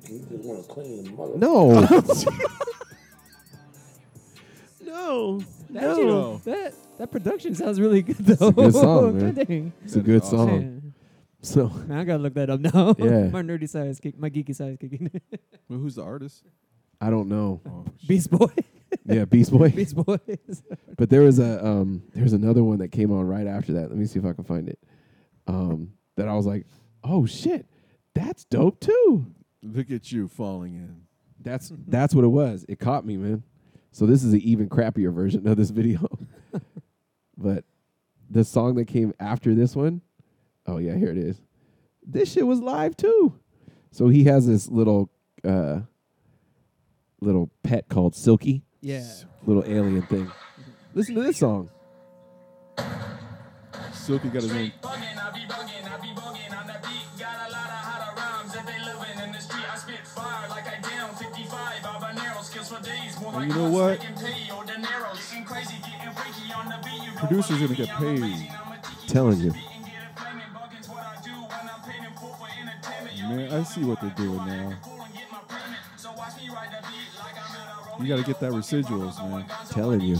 You just want to clean the mother. No. No. That, No. actually- that that production sounds really good though. It's a good song, man. God dang. It's a good awesome. song. So Man, I gotta look that up now. Yeah. my nerdy side is kick, my geeky side is kicking. Well, who's the artist? I don't know. Beast Boy. Yeah, Beast Boy. Beast Boys. But there was a um there's another one that came on right after that. Let me see if I can find it. Um that I was like, "Oh shit. That's dope too." Look at you falling in. That's that's what it was. It caught me, man. So this is an even crappier version of this video. but the song that came after this one, oh yeah, here it is. This shit was live too. So he has this little uh little pet called Silky. Yeah. Little alien thing. Listen to this song. Silky got his own. And you know what? Producer's gonna get paid. Telling you. Man, I see what they're doing now. You gotta get that residuals, man. Telling you.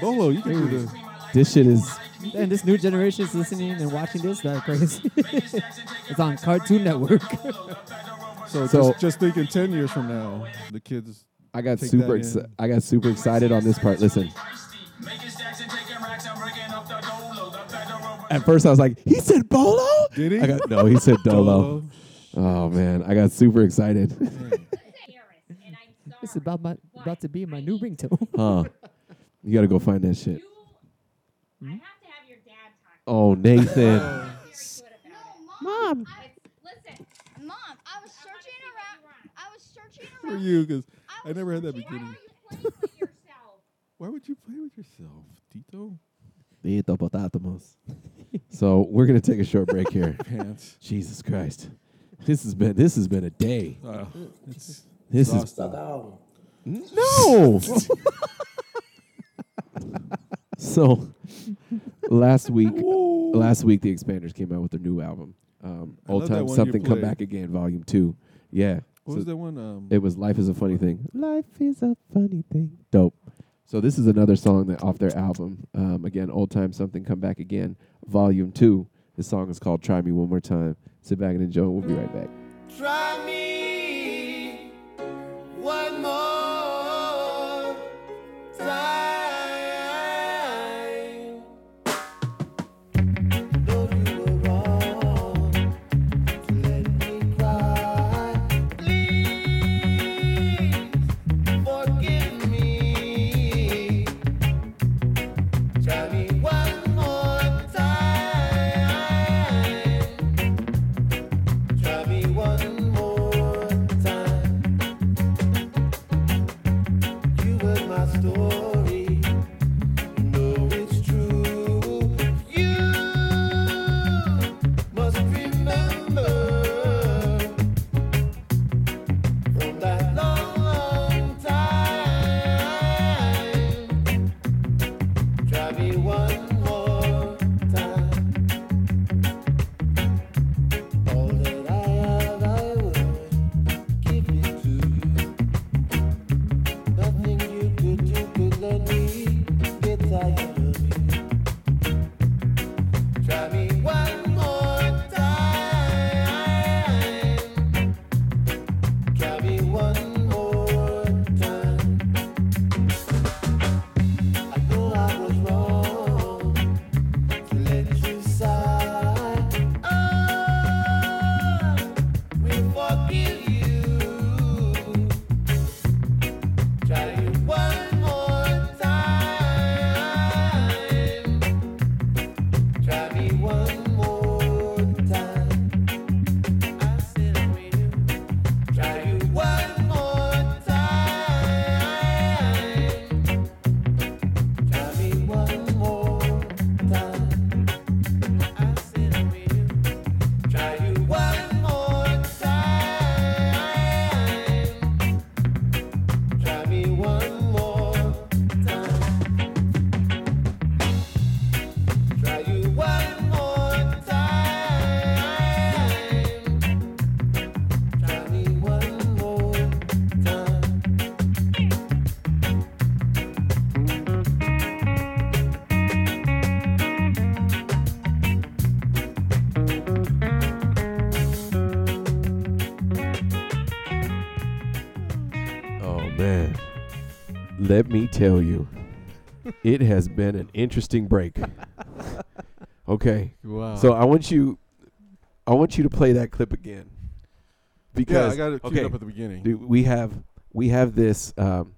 Bolo, you can do this. This shit is And this new generation is listening and watching this. That's crazy. it's on Cartoon Network. So, So- just, just think in 10 years from now, the kids. I got Take super that exci- in. I got super excited on this part. Listen. At first I was like, he said bolo? Did he? I got, no, he said dolo. Oh man, I got super excited. It's about my about to be my new ringtone. huh. You gotta go find that shit. Oh Nathan. Mom. Listen, Mom, I was searching around. I was searching around. for you because I never had that beginning. Why would you play with yourself, Tito? Dito potatomos. so we're gonna take a short break here. Pants. Jesus Christ. This has been this has been a day. Wow, it's This is Exhausted out. No. so last week, last week the Expanders came out with their new album, um, I "Old love that Time one you Something Come played. Back Again" Volume Two. Yeah. What was that one, um, it was "Life Is a Funny Thing." Life is a funny thing. Dope. So this is another song that off their album. Um, again, "Old Time Something Come Back Again" Volume Two. This song is called "Try Me One More Time." Sit back and enjoy. We'll be right back. Try me one more time. Know you were wrong to let me cry. Please forgive me. Try me one more time. Try me one more time. You were my story. No, it's true. You must remember from that long, long time. Try me one more time. All that I have, I would give it to you. Nothing you could do could let me get tired of you. Try me one more time. Try me one more time. I know I was wrong to let you sigh. Oh, we forgive you. Try you one more time. Try me one more time. I said I will. Try you one more time. Try me one more time. I said I will. Try you one more time. Try me one more time. Try you one more time. Try me one more time. Oh man, let me tell you, it has been an interesting break. okay. Wow. So I want you, I want you to play that clip again, because got it queued okay, up at the beginning. dude, we have we have this um,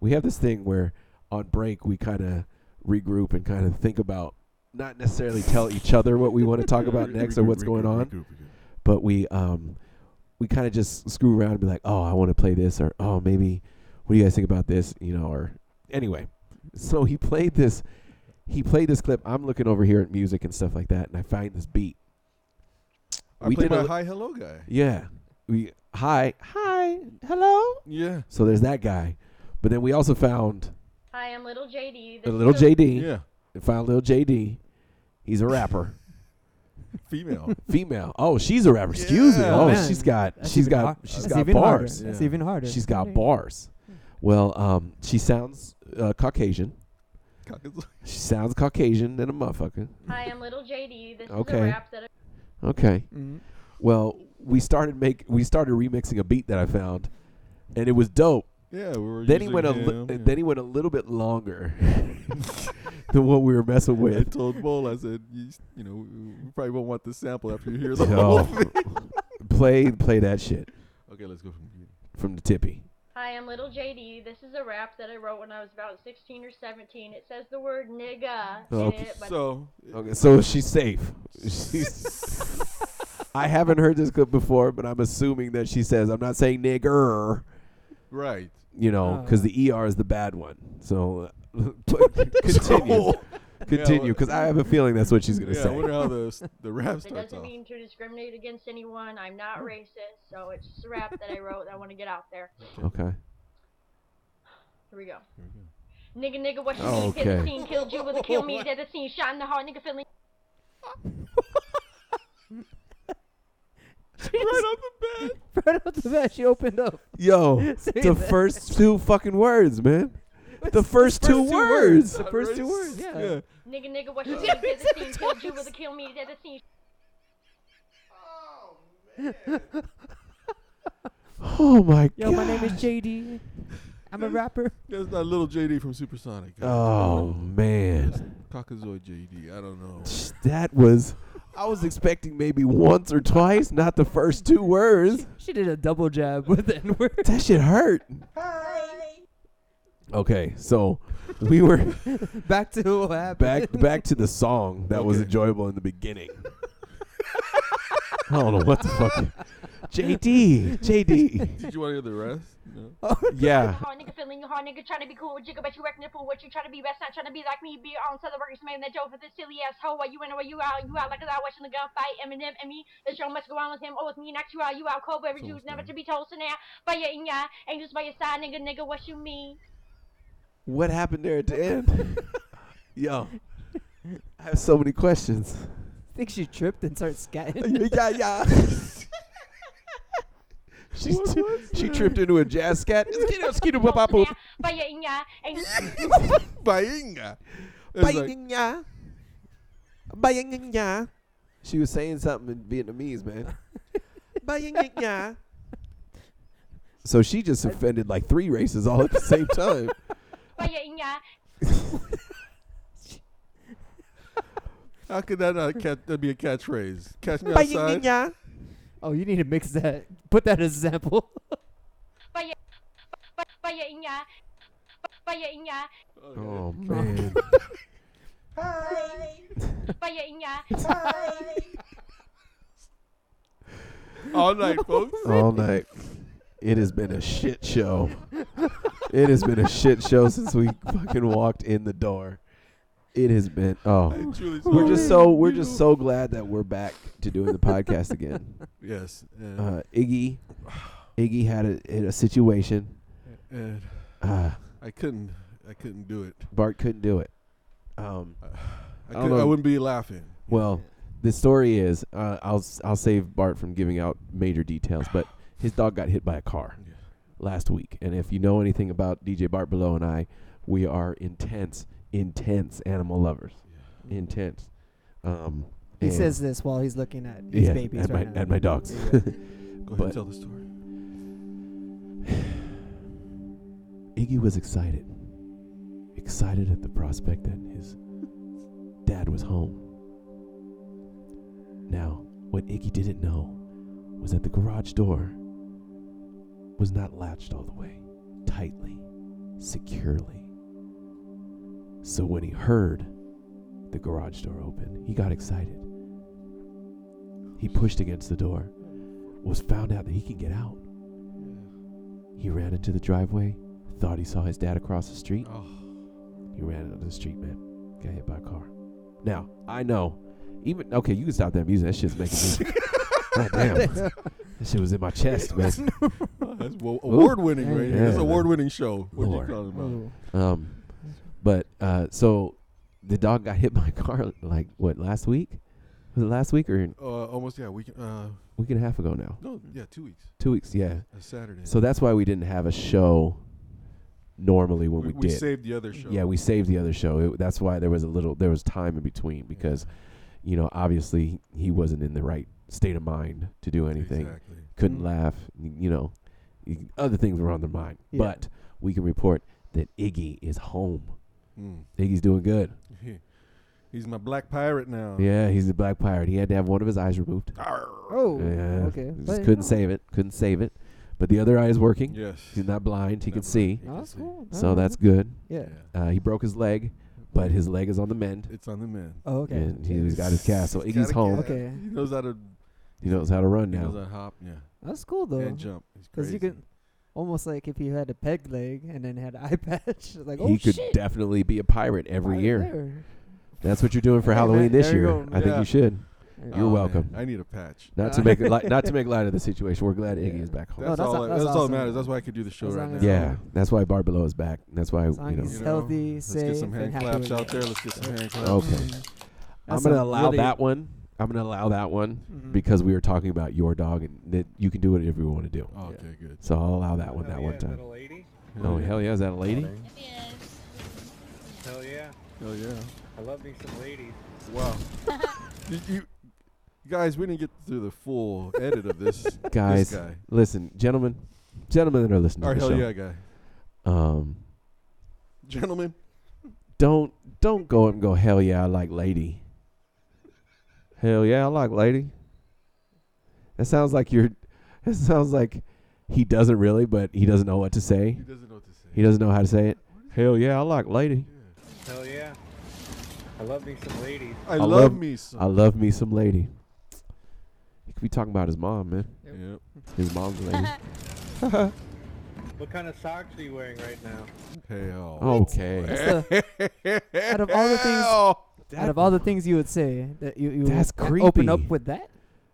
we have this thing where on break we kind of regroup and kind of think about not necessarily tell each other what we want to talk about Regroup, next or what's regroup, going regroup, on, but we um we kind of just screw around and be like, oh, I want to play this, or oh, maybe what do you guys think about this, you know, or anyway. So he played this, he played this clip. I'm looking over here at music and stuff like that, and I find this beat. I played a my li- hi hello guy. Yeah, we hi hi hello. Yeah. So there's that guy, but then we also found Hi, I'm little a JD. This little is the- JD. Yeah, found little JD. He's a rapper. Female. Female. Oh, she's a rapper. Excuse me. Yeah. Oh, Man. she's got That's she's even got har- she's that's got even harder. bars. That's Yeah. even harder. She's got bars. Well, um, she sounds uh, Caucasian. She sounds Caucasian than a motherfucker. Hi, I'm little JD. This is a Okay. rap that. I- Okay. Mm-hmm. Well, we started make we started remixing a beat that I found, and it was dope. Yeah, we were. Then he using went a him, li- yeah. then he went a little bit longer than what we were messing I with. told Bull, I said, you, s- you know, you probably won't want this sample after you hear the whole Yo, thing. play play that shit okay, let's go from here. from the tippy. Hi, I'm Little JD. This is a rap that I wrote when I was about 16 or 17. It says the word nigga in Oh, Okay. it, but So okay, so she's safe. She's I haven't heard this clip before, but I'm assuming that she says, "I'm not saying nigger." Right. You know, because the ER is the bad one. So uh, continue, continue, Yeah, because I have a feeling that's what she's gonna yeah, say. I wonder how the s- the rap it starts doesn't off. mean to discriminate against anyone. I'm not racist, so it's just a rap that I wrote that I want to get out there. okay. Here we go. Nigga, nigga, what you Oh, mean? Hit the okay. scene, killed you with a kill me, dead the scene, shot in the heart, nigga, feeling. right off the bat. right off the bat, she opened up. Yo, Say the that. first two fucking words, man. The first, two, words. The first two words. Yeah. Nigga, nigga, what you mean? Hit the scene, killed you with a kill me, dead the scene. Oh my Yo, my name is JD. I'm a rapper. That's not little JD from Supersonic. Oh man, Cockazoid JD. I don't know. that was. I was expecting maybe once or twice, not the first two words. She did a double jab with the N word. That shit hurt. Okay, so we were back to what happened. back back to the song that was enjoyable in the beginning. I don't know what the fuck. JD, JD. Did you want to hear the rest? No. Oh, Yeah. Hard nigga feeling your hard nigga trying to be cool with jigga, but you acting a fool. What you trying to be best, not trying to be like me. Be on celebrating, man. That joke for this silly ass hoe. While you in, or you out, you out like a dog watching the gunfight. Eminem and me. The show must go on with him. Oh, it's me, not you out. You out cold, every dude never to be told. So now, by your in ya, angels by your side, nigga, nigga, what you mean? What happened there at the end? Yo, I have so many questions. I think she tripped and started scatting. yeah, yeah. She's she tripped into a jazz scat. Skidoo, skidoo, bop, bop, boop. By your in ya, angels. Bainga. It's like- Bainga. Bainga. She was saying something in Vietnamese, man. Bainga. So she just offended like three races all at the same time. By your in ya. How could that not cat, that be a catchphrase? Catch me Bainga. outside. Oh, you need to mix that. Put that as a sample. By your, by, by your in ya. By your in ya. Oh man. By your in ya. All night, folks. all night. It has been a shit show. it has been a shit show since we fucking walked in the door. It has been oh, truly we're just sorry. so we're just so glad that we're back to doing the podcast again. Yes, and- uh, Iggy, Iggy had a, had a situation. And Ah. I couldn't. I couldn't do it. Bart couldn't do it. Um, I, don't could, I know. wouldn't be laughing. Well, the story is, uh, I'll s- I'll save Bart from giving out major details, but his dog got hit by a car last week, and if you know anything about DJ Bart Below and I, we are intense, intense animal lovers, intense. Um, He and- says this while he's looking at his yeah, babies at right my now. at my dogs. Yeah. Go ahead But- and tell the story. Iggy was excited. Excited at the prospect that his dad was home. Now, what Iggy didn't know was that the garage door was not latched all the way, tightly, securely. So when he heard the garage door open, he got excited. He pushed against the door, was found out that he can get out. He ran into the driveway, thought he saw his dad across the street. He ran into the street, man. Got hit by a car. Now, I know. Even okay, you can stop that music. That shit's making me. God damn. That shit was in my chest, man. That's wo- award-winning Ooh. right here. That's Yeah. award-winning show. What Lord. you talking Um, but uh, so the dog got hit by a car like what last week? Was it last week or about? Uh, almost yeah. We can. Uh, week and a half ago now? no, yeah, two weeks. Two weeks, yeah. A Saturday. So that's why we didn't have a show normally when We- we, we did. saved the other show. Yeah, we saved the other show. It, that's why there was a little there was time in between because you know, obviously he wasn't in the right state of mind to do anything. Exactly. Mm-hmm. Couldn't laugh, y- you know. y- Other things were on their mind. Yeah. But we can report that Iggy is home. Mm. Iggy's doing good. He's my black pirate now. Yeah, he's a black pirate. He had to have one of his eyes removed. Oh, yeah. okay. Just But- couldn't save it. Couldn't save it. But the other eye is working. Yes. He's not blind. He can see. He can That's see. cool. So Alright. that's good. Yeah. Uh, he broke his leg, but his leg is on the mend. It's on the men. Oh, okay. And he, has got his cast. So He's Iggy's gotta home. Oh, get- He knows how to. He knows how to run He now. knows how to hop. Yeah. That's cool though. And jump. He's Because crazy. you can almost like if you had a peg leg and then had an eye patch, like oh he could shit. definitely be a pirate every Pirate year. there. That's what you're doing for Hey, Halloween man, this there you year. go, I think man. you should. Yeah. You're Oh, man, welcome. I need a patch. Not to Uh, make it li- not to make light of the situation. We're glad Iggy is back home. That's, all. that- that's, all that matters. That's why I could do the show As right long now. as- Yeah, that's why Barbelo is back. That's why As long you as know. he's healthy, Let's safe, get some hand and happy claps with out it. there. Let's get some hand claps. Okay. I'm That's gonna a allow really- that one. I'm gonna allow that one Mm-hmm. because we were talking about your dog and that you can do whatever you want to do. Okay, good. So I'll allow that one that one time. Oh Yeah. hell yeah, is that a lady? Hell yeah. Hell Oh, yeah. I love me some ladies. Wow. you, you- guys, we didn't get through the full edit of this. this Guys, guy. listen, gentlemen, gentlemen that are listening Or to the hell show. yeah, guy. Um, Gentlemen. don't don't go up and go hell yeah I like lady. Hell yeah I like lady. That sounds like you're. It sounds like he doesn't really, but he doesn't know what to say. He doesn't know what to say. He doesn't know how to say it. Hell yeah I like lady. Hell yeah. I love me some ladies. I love me some lady. He could be talking about his mom, man. Yep. His mom's a lady. What kind of socks are you wearing right now? Hell. Okay. That's the- out of all the things, out of all the things you would say that you, you That's would open up creepy. with that.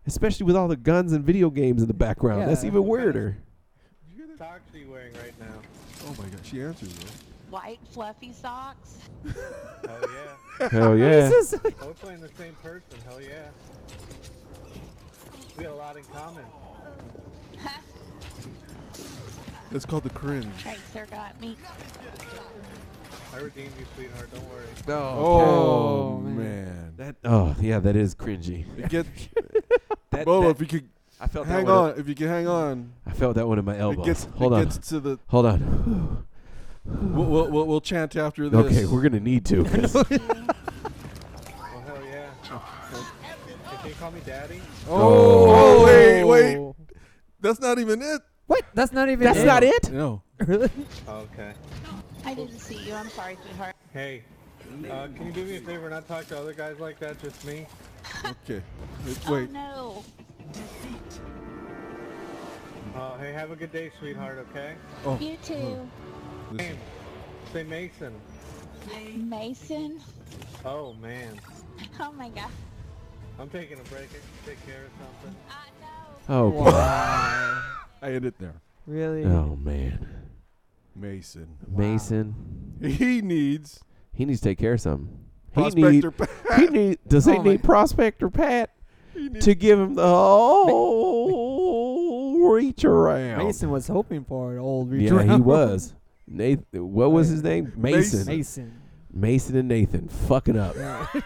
Especially with all the guns and video games in the background. That's Yeah. even weirder. What socks are you wearing right now? Oh my god, she answers though. White fluffy socks. Hell yeah. Hell yeah. This is- Oh, We're playing the same person. Hell yeah. We got a lot in common. That's called the cringe. Tracer got me. I redeemed you, sweetheart. Don't worry. Oh, man. That oh yeah, that is cringy. It Get, That- Bolo, that- if you could I felt that hang one on, up- if you could hang on. I felt that one in my elbows. It gets, Hold it on. gets to the. Hold on. We'll, we'll, we'll, we'll chant after this. okay, we're gonna need to. 'cause- Oh, hell yeah. Hey, Can you call me daddy? Oh, wait, wait. That's not even it. Oh. What? That's not even. That's it. not it? No. Really? Okay. I didn't see you. I'm sorry, sweetheart. Hey, uh, can you do me a favor and not talk to other guys like that? Just me? Okay. Wait. wait. No. Uh, hey, have a good day, sweetheart, okay? Oh. You too. This- Say Mason. Hmm. Mason. Oh, man. Oh my god. I'm taking a break. I should Take care of something. Oh, God. Wow. I end it there. Really? oh man, Mason. Mason. He needs. He needs to take care of something. he Prospector need, He need, does he Oh, need Prospector Pat to give him the whole reach around? Mason was hoping for an old reach Yeah, he around. was. Nathan, what was his name? Mason. Mason. Mason and Nathan fucking up.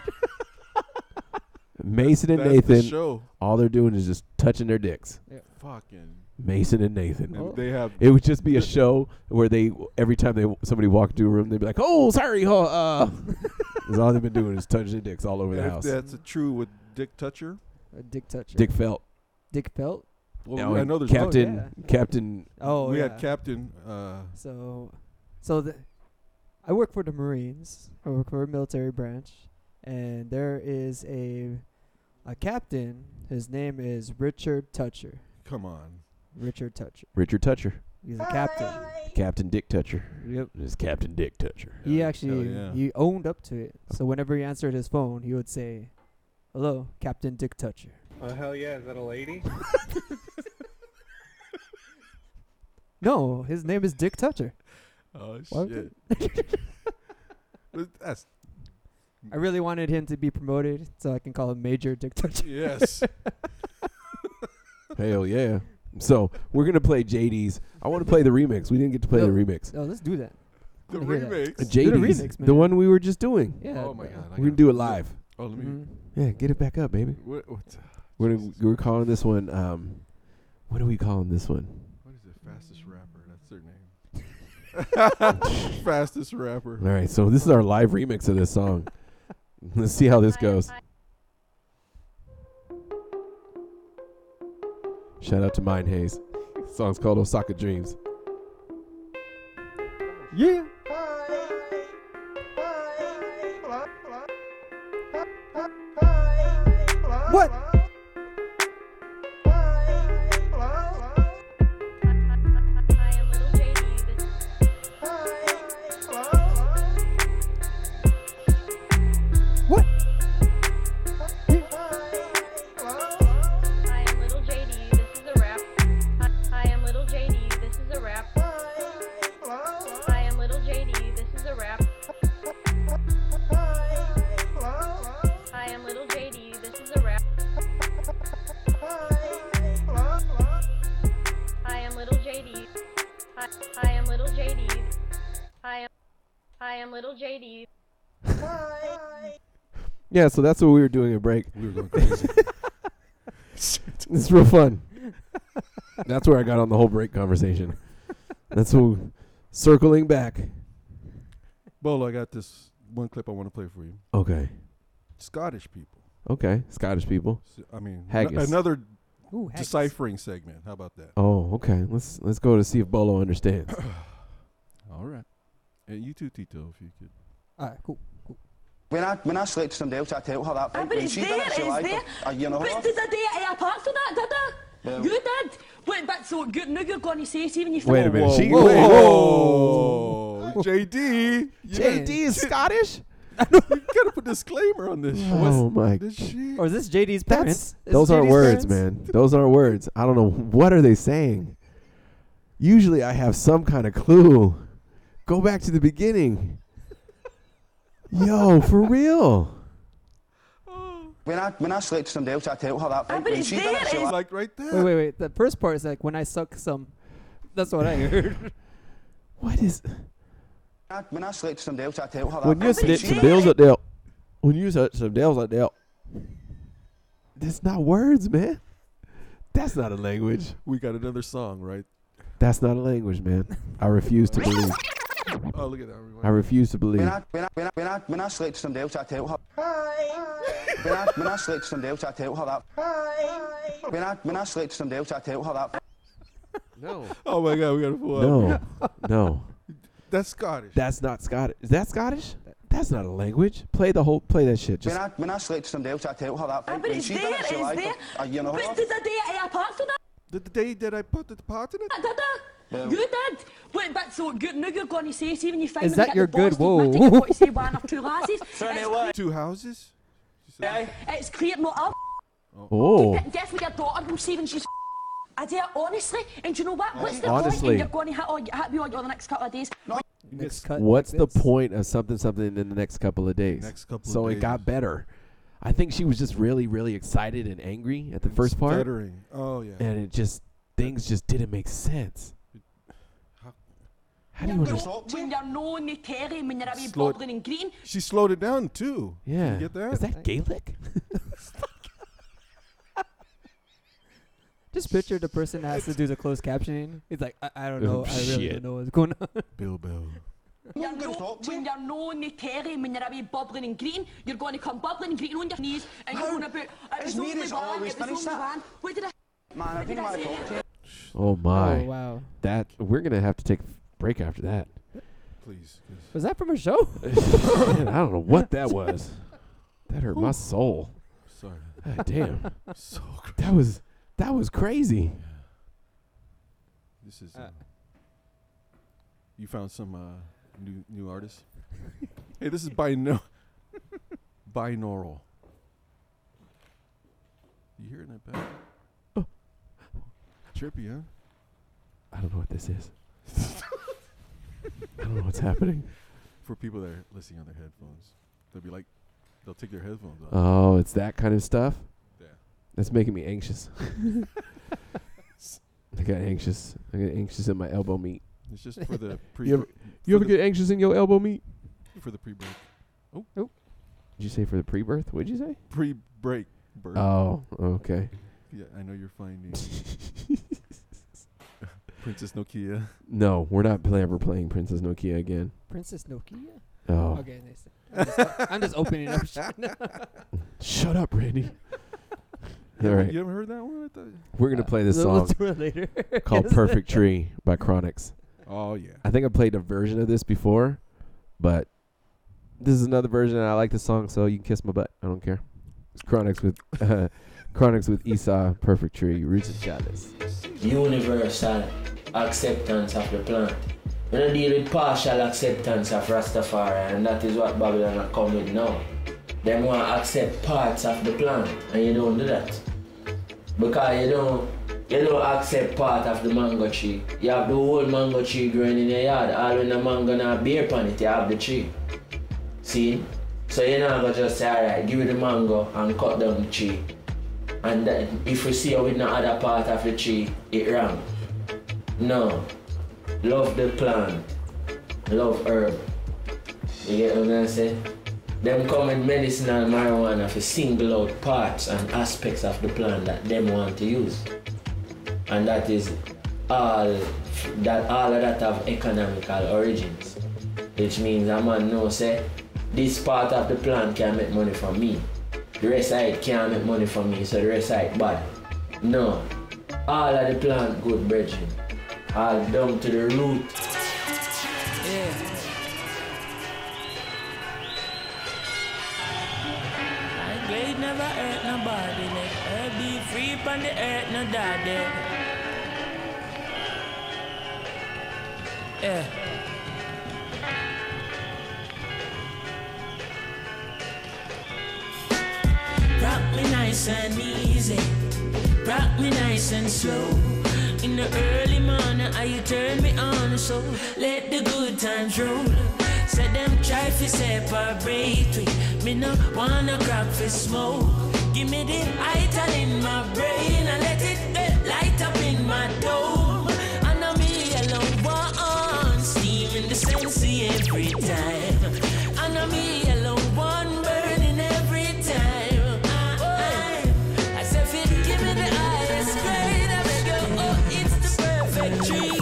Mason and That's the Nathan. show. All they're doing is just touching their dicks. Fucking. Mason and Nathan. And they have- It would just be a show where they every time they somebody walked into a room, they'd be like, "Oh, sorry, huh, uh." That's all they've been doing is touching their dicks all over the If house. That's a true with Dick Toucher. Dick Toucher. Dick Felt. Dick Felt. Well, Now we- I in know there's Captain- Captain- Oh, we yeah. had Captain. Uh, So, so the, I work for the Marines. I work for a military branch, and there is a a captain. His name is Richard Toucher. Come on, Richard Toucher. Richard Toucher. He's a captain. Captain Dick Toucher. Yep. It's Captain Dick Toucher. He actually yeah. he owned up to it. So whenever he answered his phone, he would say, "Hello, Captain Dick Toucher." Oh, hell yeah. Is that a lady? No, his name is Dick Toucher. Oh What? shit. That's I really wanted him to be promoted so I can call him Major Dick Toucher. Yes. Hell yeah. So we're gonna play JD's. I want to play the remix. We didn't get to play the remix. Oh, let's do that. The wanna hear that. remix. Uh, Do the JD's, remix, the man. one we were just doing. Yeah. Mm-hmm. Oh my god. I We're gonna gotta- do it live. Oh, let me. Yeah, get it back up, baby. What, what's We're gonna- we're calling this one. Um, what are we calling this one? what is the fastest rapper? That's their name. Fastest rapper. All right, so this is our live remix of this song. Let's see how this goes. Shout out to Mind Haze. Song's called Osaka Dreams. Yeah. What? What? I am little JD, this is a rap. I, I am little JD, this is a rap. I am little JD, this is a rap. I am little JD, this is a rap. I am little JD. I, I am little JD. I am I am little JD. Yeah, so that's what we were doing at break. We were going crazy. it's real fun. That's where I got on the whole break conversation. That's who circling back. Bolo, I got this one clip I want to play for you. Okay. Scottish people. Okay. Scottish people. S- I mean, no- haggis. another Ooh, haggis. deciphering segment. How about that? Oh, okay. Let's let's go to see if Bolo understands. All right. And you too, Tito, if you could. All right, cool. When I when I slept with somebody else, I tell her that. Ah, but when it's she there, done it, she it's lied there. for A Uh, year and a half. But did I date a apart for that, did I? Yeah. You did. But, but so good, now you're going to say something you Wait a minute. she, whoa, wait. whoa. JD. you JD gotta- is Scottish? you gotta put disclaimer on this. Oh What's- my Did she? Or is this JD's That's parents? Is those aren't JD's words, parents? man. Those aren't words. I don't know what are they saying. Usually, I have some kind of clue. Go back to the beginning. Yo, for real. When I when I slept with somebody else, I tell her Ah, that. when she done it, she lied. like right there. Wait, wait, wait. The first part is like when I suck some. That's what I heard. what is? When I- When I slept with somebody else, I tell her that. When you when snitch she some done it, bills at Dell, when you snitch some bills at Dell, that's not words, man. That's not a language. We got another song, right? That's not a language, man. I refuse to believe. Oh, look at that. rewind. I refuse to When believe. I when I when I when I when I slept with somebody else, I tell her. When I when I slept with somebody else, I tell her that. When I when I slept with somebody else, I tell her that. No. Oh my God, we gotta pull No, up. no. That's Scottish. That's not Scottish. Is that Scottish? That's not a language. Play the whole. Play that shit. When Just I when I slept with somebody else, I tell her that. Ah, when- but when it's she done there, it, she it's lied for there. A year and a But half. did I date a apart for that? The, the day that I put the part in it. Did I? Yeah. You did. But, but so good, now you're going to say something you find Is when that you get your the good? boss to admit it, Whoa. You've got to say one or two lasses. it's, Two houses. it's clear, no, I'll oh, definitely your daughter will say when she's. I dare honestly, and do you know what? What's the point? Honestly. And you're going to hit, all, hit me on the next couple of days. Next cut. what's like the this. point of something something in the next couple of days? Next couple of So it days. got better. I think she was just really, really excited and angry at the first part, Stuttering. Oh yeah. and it just things just didn't make sense. How do you You're understand? not- When you're known, they carry, when you're a wee Slow it- bobbling and green, She slowed it down too. Did Yeah, You get that? is that Gaelic? Just picture the person that has to do the closed captioning. It's like I, I don't know. Oh, I really shit. don't know what's going on. Bill Bell. You're no, when you're known the Terry, when you're a wee bubbling and green, you're going to come bubbling and green on your knees and you're How? going to put. It His was only meat is one, always it was finished only up. one. What did I? Man, I didn't want to talk to you. Oh my! Oh wow. That we're gonna have to take a break after that. Please. 'cause- Was that from a show? Man, I don't know what that was. That hurt my soul. Sorry. God damn, So cr- that was that was crazy. this is. Uh, you found some uh, new new artists. hey, this is bino binaural. You hearing that back? Oh. Trippy, huh? I don't know what this is. I don't know what's happening. For people that are listening on their headphones, they'll be like, they'll take their headphones off. Oh, it's that kind of stuff. Yeah. That's making me anxious. I got anxious. I got anxious in my elbow meat. It's just for the pre. You ever, for you ever the- get anxious in your elbow meat? for the pre-break? Oh. Did you say for the pre-birth? What'd you say? Pre-break. Bird. Oh, okay. Yeah, I know you're finding. Princess Nokia. No, we're not play, ever playing Princess Nokia again. Princess Nokia. Oh. Okay, nice. I'm just, I'm just opening up. shit. Shut up, Randy. You All ever- right. You ever heard that one? I thought- We're gonna play this we'll song do it later. called Yes. "Perfect Tree" by Chronix. Oh, yeah. I think I played a version of this before, but this is another version. and I like the song, so you can kiss my butt. I don't care. It's Chronix with uh, Chronix with Esau, "Perfect Tree," Roots and Shadows. Universal acceptance of the plant. We don't deal with partial acceptance of Rastafari, and that is what Babylon are come with now. They want to accept parts of the plant, and you don't do that. Because you don't, you don't accept part of the mango tree. You have the whole mango tree growing in your yard. All when the mango not bear upon it, you have the tree. See? So you're not gonna just say, alright, give me the mango and cut down the tree. And then if you see her with no other part of the tree, it wrong. No. Love the plant. Love herb. You get what I'm saying? Them come with medicinal marijuana for single out parts and aspects of the plant that them want to use. And that is all that all of that have economical origins. Which means a man know say this part of the plant can make money for me. The rest of it can't make money for me, so the rest of it bad. No. All of the plant good brethren. All down to the root. Yeah. My blade never hurt nobody. Let her be free from the earth, no daddy. Yeah. Rock me nice and easy. Rock me nice and slow. In the early morning, how you turn me on? So let the good times roll. Said them try to separate we. Me no wanna crack for smoke. Give me the ital in my brain and let it eh, light up in my dome. I know me alone one steam in the sensei every time. I know me alone one burning every time. Ah, I, I, I said, fit, give me the highest grade. I beg you, oh, it's the perfect tree.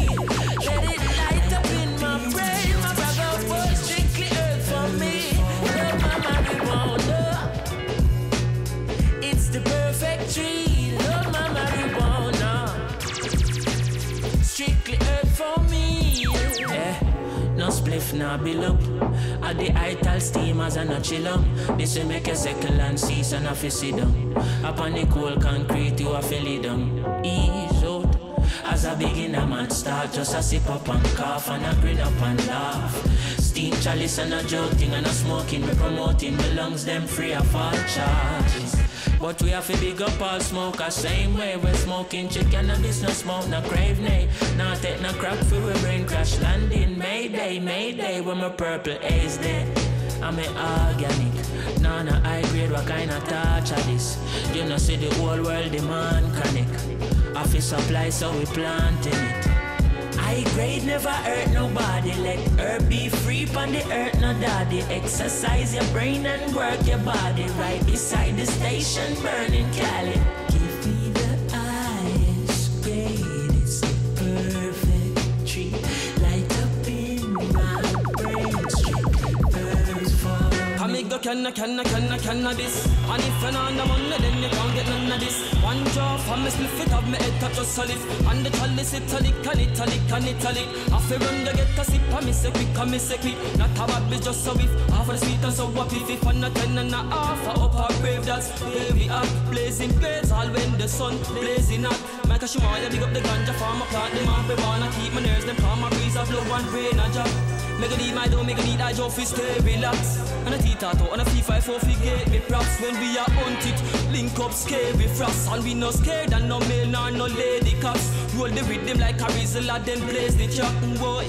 Let it light up in my brain. My brother was strictly earth for me. Love my marijuana. It's the perfect Oh, tree. Love my marijuana. Strictly earth for me. Yeah. No spliff, no bill up. At the ital steamers and a chill up. This will make a second and season of a sit down. Upon the cold concrete, you are feel down. Ease out. As a beginner man start, just a sip up and cough and a grin up and laugh. Steam chalice and a joking and a smoking, we promoting the lungs them free of all charges. But we have to big up all smokers, same way we're smoking chick cannabis, no smoke, no crave, nay. Now take no crap for we brain crash landing. Mayday, mayday, when my purple A's there. I'm an organic, nah, nah, high grade, what kind of touch are this? You know, see the whole world demand chronic. Office supply, so we planting it. High grade never hurt nobody. Let her be free on the earth, no daddy. Exercise your brain and work your body. Right beside the station, burning Cali. Give me the eyes, grade. It's the perfect tree. Light up in my brain, straight birds for Amigo canna canna canna cannabis. And if you're not on the money, then you can't get none of this. One jaw from me sniff it up, me head touch a solid. And the chalice italic and italic and italic. Half a run to get a sip, and me say quick, and me say quick. Not a bad bitch, just a whiff. Half of the sweet and so what if if on a ten and a half. A up our grave, that's where we are. Blazing blaze, all when the sun blazing hot. Michael Shemaya, big up the ganja farm, I plant them up. I keep my nerves, them calm, my breeze, I blow one rain, I drop. Make a need my dough, make a need I job fi stay relax And a T-Tato and a T-5-4 fi get me props When we are hunted, link up scary frost And we no scared and no male nor no lady cops Roll the rhythm like a rizzle and then blaze the track boy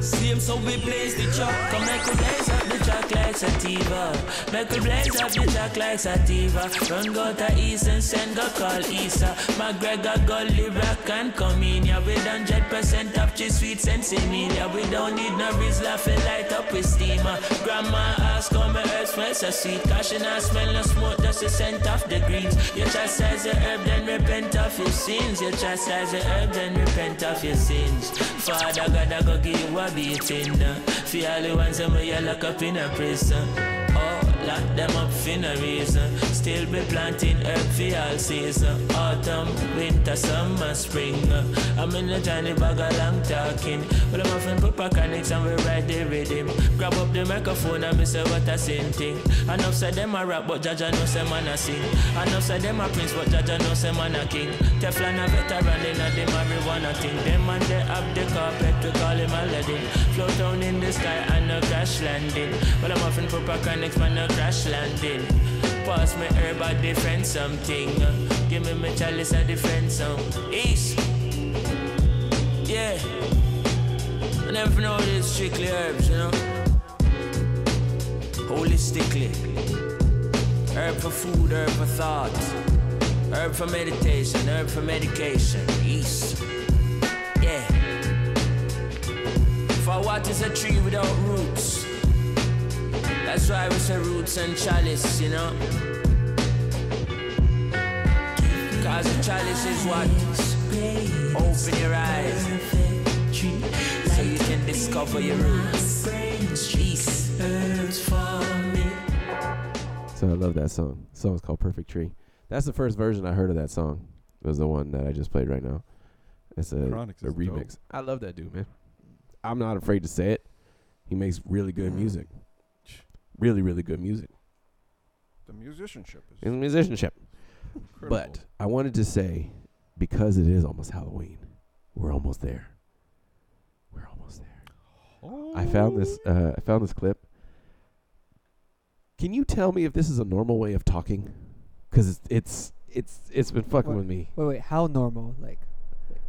Same so we blaze the chalk Come make a blaze up the chalk like sativa Make a blaze up the chalk like sativa Run go to east and send go call Isa McGregor Gully Rock and come in here With 100% of cheese sweets and similia We don't need no breeze laughing light up with steamer Grandma ask come my herb smells so sweet Cause she not smell no smoke just the scent of the greens You chastise the herb then repent of your sins You chastise the herb then repent of your sins Father God I go give you a beating uh. For all the ones that me you lock up in a prison Oh, lock them up for no reason Still be planting herb for all season Autumn, winter, summer, spring uh. I'm in a tiny bag of long talking But I'm offering put back on it and we ride the rhythm Grab up the microphone and me say what I sing thing Enough say them a rap but Jaja know say man a sing Enough say them a prince but Jaja know say man a king Teflon a veteran in a the marijuana thing Them man they up the carpet we call him a legend Float down in the sky and no crash landing But I'm offering put back on it man no crash landing Pass me herb, I defend something. Give me my chalice, I defend some. East. Yeah. I never know this strictly herbs, you know. Holistically. Herb for food, herb for thought. Herb for meditation, herb for medication. East. Yeah. For what is a tree without roots? That's why we say roots and chalice, you know. Cause the chalice is what? Open your eyes. So you can discover your roots. Peace. So I love that song. The song's called Perfect Tree. That's the first version I heard of that song. Was the one that I just played right now. It's a, Chronix a is dope. remix. I love that dude, man. I'm not afraid to say it. He makes really good Mm. music. Really, really good music. The musicianship is in musicianship. But I wanted to say, because it is almost Halloween, we're almost there. We're almost there. Oh. I found this. Uh, I found this clip. Can you tell me if this is a normal way of talking? Because it's, it's it's it's been fucking with me. Wait, wait. How normal? Like, like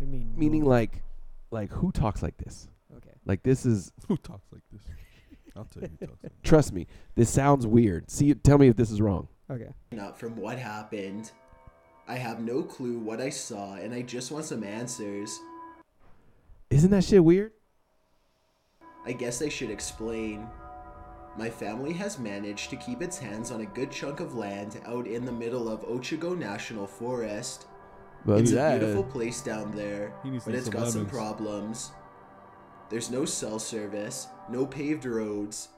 I mean, Meaning normal? like, like who talks like this? Okay. Like this is who talks like this. I'll tell you who talks like trust me. This sounds weird. See, tell me if this is wrong. Okay. Up from what happened. I have no clue what I saw, and I just want some answers. Isn't that shit weird? I guess I should explain. My family has managed to keep its hands on a good chunk of land out in the middle of Ochigo National Forest. Well, it's yeah. a beautiful place down there, He needs but to it's some got some lemons. problems. There's no cell service, no paved roads,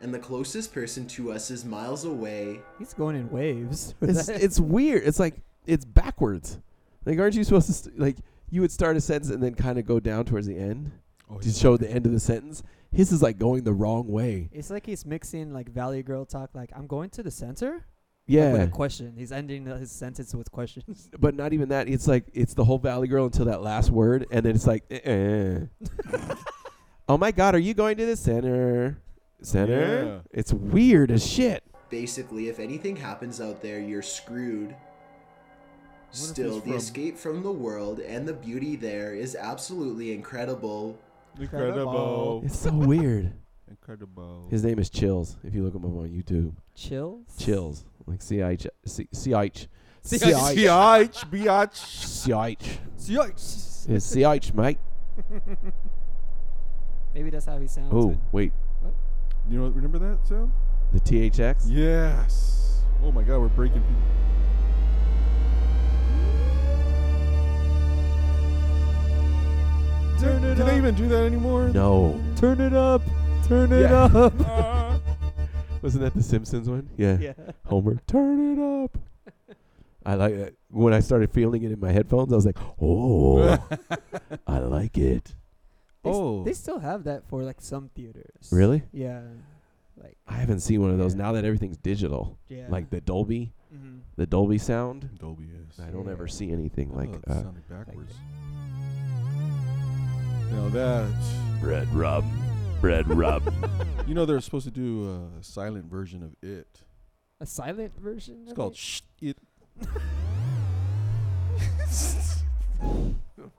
and the closest person to us is miles away. He's going in waves. with It's that. it's weird. It's like it's backwards. Like, aren't you supposed to st- like you would start a sentence and then kind of go down towards the end to show the end of the sentence? His is like going the wrong way. It's like he's mixing like Valley Girl talk, like I'm going to the center. Like, with Yeah. a question. He's ending the- his sentence with questions. But not even that. It's like it's the whole Valley Girl until that last word, and then it's like, eh, eh. oh my God, are you going to the center? Center? It's weird as shit. Basically, if anything happens out there, you're screwed. Still, it's the from- escape from the world and the beauty there is absolutely incredible. Incredible. It's so weird. Incredible. His name is Chills. If you look him up on YouTube, Chills? Chills, like C I H C C I H C I H B I H. C I H. Yikes. It's C I H, mate. Maybe that's how he sounds. Oh wait, You know, remember that sound? the THX. Yes. Oh my God, we're breaking people. Turn it Do they even do that anymore? No. Turn it up. Turn it Oh, up. Wasn't that the Simpsons one? Yeah. Yeah. Homer, turn it up. I like that. When I started feeling it in my headphones, I was like, oh, I like it. They s- Oh. they still have that for like some theaters. Really? Yeah. Like I haven't seen one of those now that everything's digital. Yeah. Like the Dolby, Mhm. the Dolby sound. Dolby, yes. I don't Mm-hmm. Yeah. ever see anything like Oh, it uh, sounded backwards. Now that. bread rub, bread rub. You know they're supposed to do a silent version of it. a silent version. It's of called it? Shh It.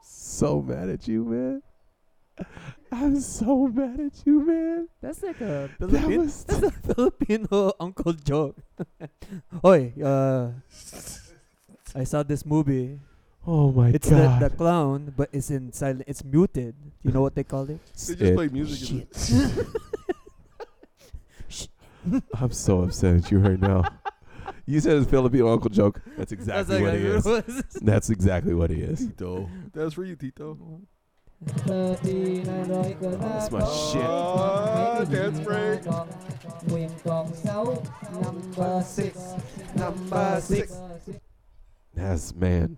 so mad at you, man. I'm so mad at you, man. That's like a That Philippine, was- that's a Filipino uncle joke. Oi, uh, I saw this movie. Oh my it's god. the, the clown, but it's in silent. It's muted. You know what they call it? They just play music. in the- I'm so upset at you right now. You said it's Filipino uncle joke. That's exactly what he exactly what it is. That's exactly what he is. Tito. That's for you, Tito. That's my shit. Ah, dance break. Number six, number six. That's man.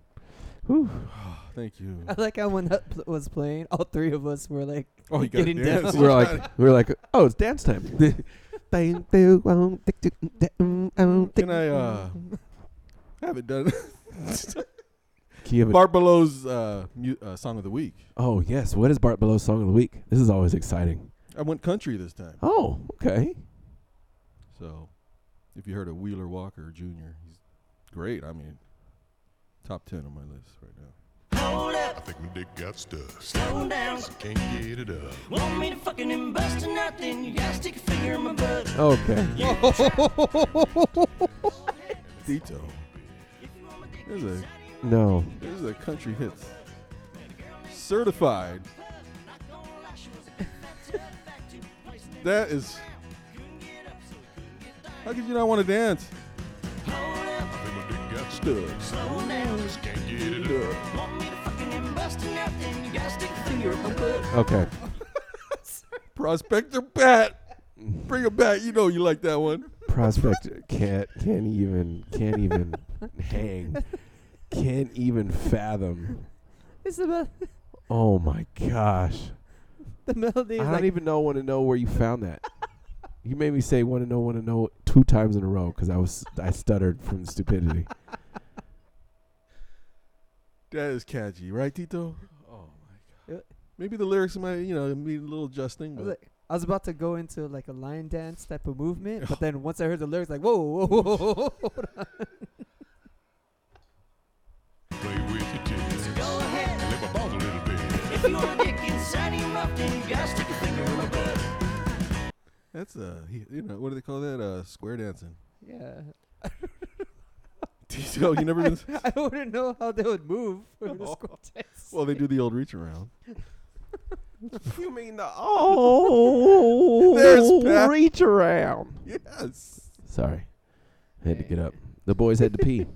Thank you. I like how when that pl- was playing, all three of us were like, Oh, you gotta getting dance. down. We're like we're like oh it's dance time. Can um, Can I uh have it done? Can you have a- Barbalos uh, mu- uh song of the week. Oh yes, what is Bart Below's song of the week? This is always exciting. I went country this time. Oh, okay. So if you heard of Wheeler Walker Jr., he's great. I mean top ten on my list right now. I think my dick got stuck. Slow down. Can't get it up. Want me to fucking invest in nothing? You gotta stick a finger in my butt. Okay. Tito. There's a No. there's a country hits. Certified. That is How could you not want to dance? I think my dick got stuck. Slow down. Can't get it up. Want me to fucking invest in nothing? You gotta stick a finger in my butt. Okay. Prospector Pat. Bring it back. You know you like that one. Prospect can't can't even can't even hang. Can't even fathom. It's the, mel- Oh my gosh. the melody. I Is don't like, even know want to know where you found that. you made me say want to know want to know two times in a row because I was I stuttered from the stupidity. That is catchy, right, Tito? Oh my god. Maybe the lyrics might, you know, need a little adjusting. I was, But like, I was about to go into like a lion dance type of movement, but then once I heard the lyrics, like, whoa, whoa, whoa, whoa, whoa, hold on. Play with your tits. Go ahead. Lick my balls a little bit. If you want a dick inside of your mouth, then you gotta stick a finger in my butt. that's uh, he- you know, what do they call that? Uh, square dancing. yeah. Tito, you never been. I wouldn't know how they would move from the squat test. Oh. Well, they do the old reach around. you mean the oh There's Pat. reach around? Yes. Sorry, I had to get up. The boys had to pee.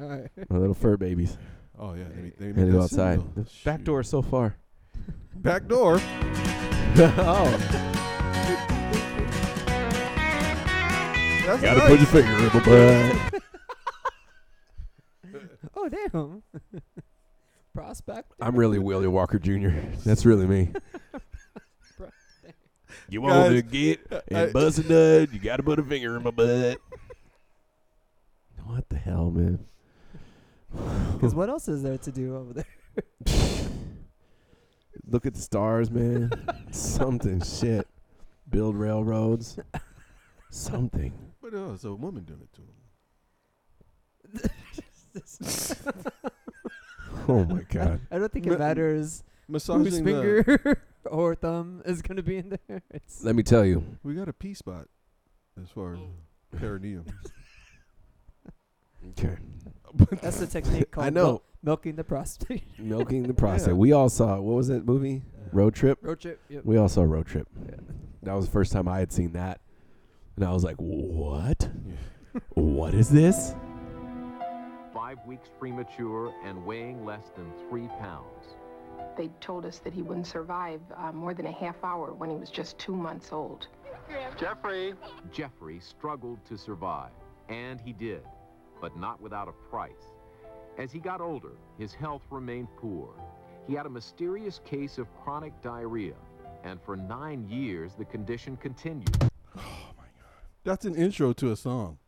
Alright. My little fur babies. Oh yeah, they, they Had made to go that outside. signal. The back door is so far. Back door. oh. That's Gotta put your finger in my butt. Oh, damn. Prospect. I'm really Willie Walker Jr. That's really me. You want Guys, to get I- and bust a nut? You got to put a finger in my butt. What the hell, man? Because what else is there to do over there? Look at the stars, man. Something shit. Build railroads. Something. But oh, it's a woman doing it to him. Oh my god. I don't think it Ma- matters whose massaging the- finger or thumb is going to be in there. It's Let me tell you. We got a P spot as far as perineum. Okay. That's the technique called I know. mil- milking the prostate. Milking the prostate. We all saw what was that movie? Road Trip. Road Trip, yep. We all saw Road Trip. That was the first time I had seen that, and I was like, "What? what is this?" five weeks premature and weighing less than three pounds. They told us that he wouldn't survive uh, more than a half hour when he was just two months old. Jeffrey! Jeffrey struggled to survive, and he did, but not without a price. As he got older, his health remained poor. He had a mysterious case of chronic diarrhea, and for nine years the condition continued. That's an intro to a song.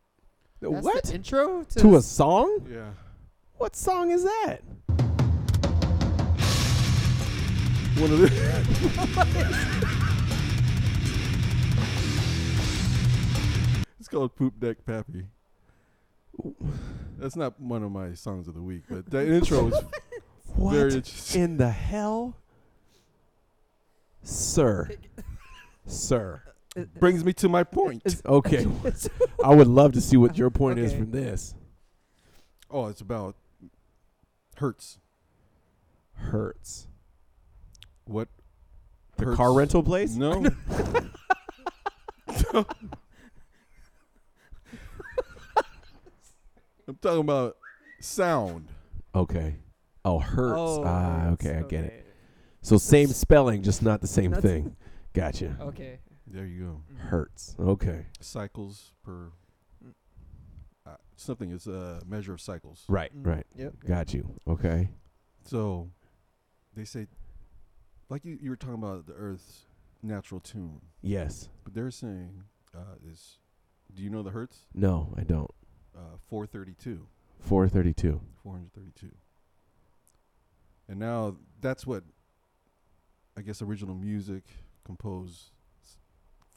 That's The intro to, To a song? Yeah. What song is that? One of the. It's called Poop Deck Pappy. That's not one of my songs of the week, but that intro is What very interesting. in the hell? sir, sir. Uh, Brings me to my point. Okay, I would love to see what your point is Okay. from this. Oh, it's about Hertz. Hertz. What? The car rental place? No. I'm talking about sound. Okay. Oh, Hertz. Oh, ah, okay, I get it. So same spelling, just not the same thing. Gotcha. Okay. There you go. Mm-hmm. Hertz. Okay. Cycles per uh, something is a measure of cycles. Right, right. Got you. Okay. So they say, like you, you were talking about the Earth's natural tune. Yes. But they're saying uh, is, do you know the Hertz? No, I don't. Uh, 432. 432. 432. And now that's what I guess original music composed s-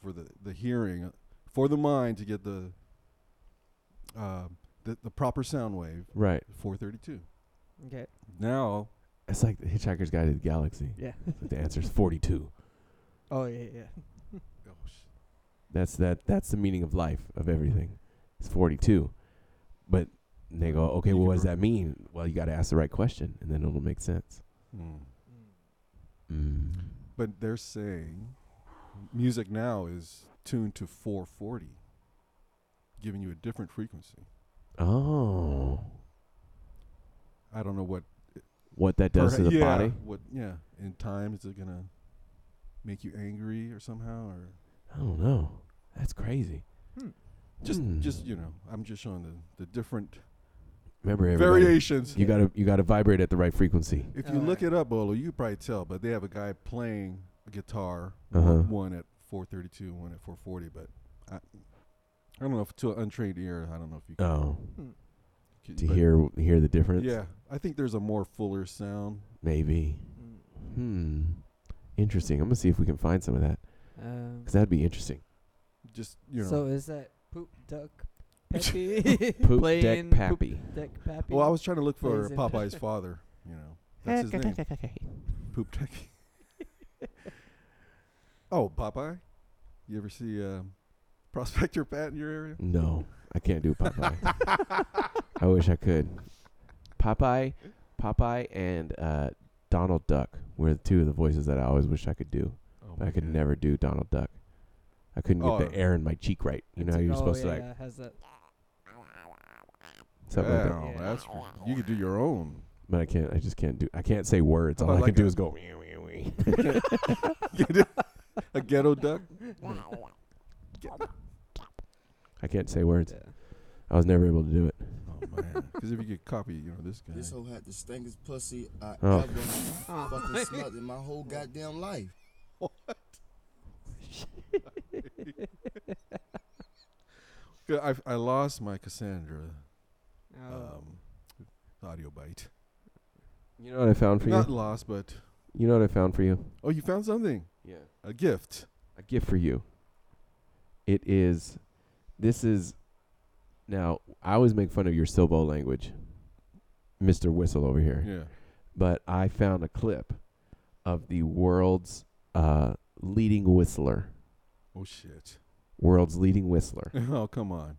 for the, the hearing, uh, for the mind to get the, uh, the the proper sound wave. Right. 432. Okay. Now It's like the Hitchhiker's Guide to the Galaxy. Yeah. the answer's 42. Oh yeah, yeah. That's that. That's the meaning of life of everything. It's 42. But they go, okay, well, what does that mean? Well, you got to ask the right question, and then it'll make sense. Mm. Mm. But they're saying music now is tuned to 440, giving you a different frequency. Oh, I don't know what what that does to Perha- the yeah, body? What? Yeah. In time, is it gonna make you angry or somehow, or I don't know. That's crazy. just Hmm. just you know? I'm just showing the the different. Remember, everybody, Variations. You gotta you gotta vibrate at the right frequency. If you look it up, Olo, you could probably tell. But they have a guy playing a guitar, Uh-huh. one, one at 432, one at 440. But I, I don't know if to an untrained ear, I don't know if you. Can, Oh. Hmm. can- To but hear hear the difference. Yeah, I think there's a more fuller sound. Maybe. Hmm. Interesting. I'm gonna see if we can find some of that. Um, Cause that'd be interesting. Just you know. So is that poop duck Pappy playing Pappy. Poop Duck Pappy? Well, I was trying to look for plays in- Popeye's father. You know, that's his name. Poop Duck. oh, Popeye. You ever see um, Prospector Pat in your area? No, I can't do Popeye. I wish I could. Popeye, Popeye, and uh, Donald Duck were the two of the voices that I always wish I could do. but I could never do Donald Duck. I couldn't get Oh. the air in my cheek right. You know, how you're oh, supposed to yeah, like yeah, has that. something like that. Yeah, that's you could do your own. But I can't. I just can't do. I can't say words. How All I about can do like a- is go. a ghetto duck. I can't say words. I was never able to do it. Because if you get copy, you know this guy. This hoe had the stinkiest pussy I Oh. ever fucking smelt in my whole goddamn life. Good, I I lost my Cassandra. Oh. Um, audio bite. You know what I found for Not you? lost, but You know what I found for you? oh, you found something. Yeah. A gift. a gift for you. It is. This is. Now I always make fun of your Silbo language, Mister Whistle over here. Yeah. But I found a clip of the world's uh, leading whistler. Oh shit. World's leading whistler. Oh come on.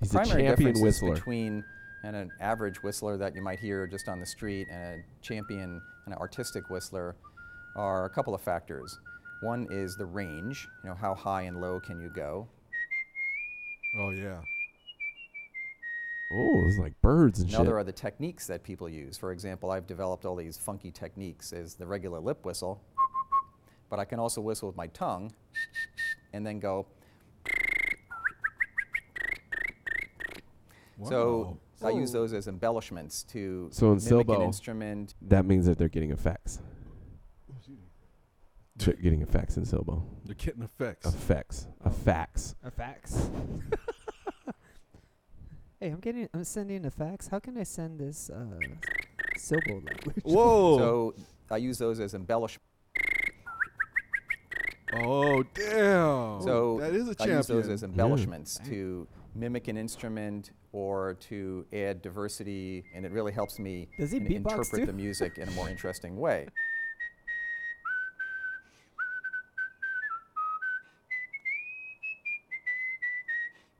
He's the a primary champion difference whistler. Is between an, an average whistler that you might hear just on the street and a champion and an artistic whistler are a couple of factors. One is the range, you know, how high and low can you go? Oh yeah. Oh, it's like birds and Another shit. are the techniques that people use. For example, I've developed all these funky techniques as the regular lip whistle, but I can also whistle with my tongue and then go. So I use those as embellishments to So in mimic an Silbo, instrument. that means that they're getting effects. They're getting effects in Silbo. They're getting effects. Effects. Effects. A fax. hey, I'm getting. I'm sending a fax. How can I send this uh, Silbo language? So I use those as embellishments. Oh damn. So that I is a use Oh, champion. those as embellishments to mimic an instrument or to add diversity, and it really helps me Does he in- beatbox interpret too? the music in a more interesting way.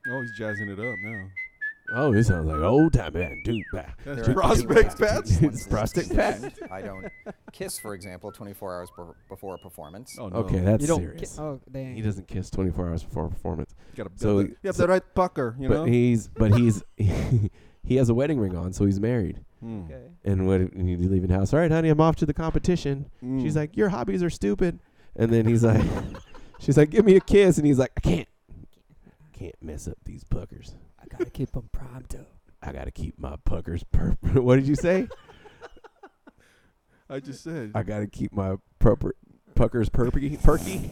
Oh, he's jazzing it up now. Oh, it sounds like old time man. Dude, bah. That's Dude, Prospect bah. Patch? It's Prospect Patch. I don't kiss, for example, 24 hours bef- before a performance. Okay, that's You don't serious. ki- oh, dang. Oh, He doesn't kiss 24 hours before a performance. Gotta- you have the right pucker, you but know? He's, but he's, he has a wedding ring on, so he's married. Hmm. Okay. And when and he's leaving the house, all right, honey, I'm off to the competition. Hmm. She's Mm. like, your hobbies are stupid. And then he's like, she's like, give me a kiss. And he's like, I can't. Can't mess up these puckers. I gotta keep him primed up. I gotta keep my puckers purple. what did you say? I just said. I gotta keep my proper puckers perky perky.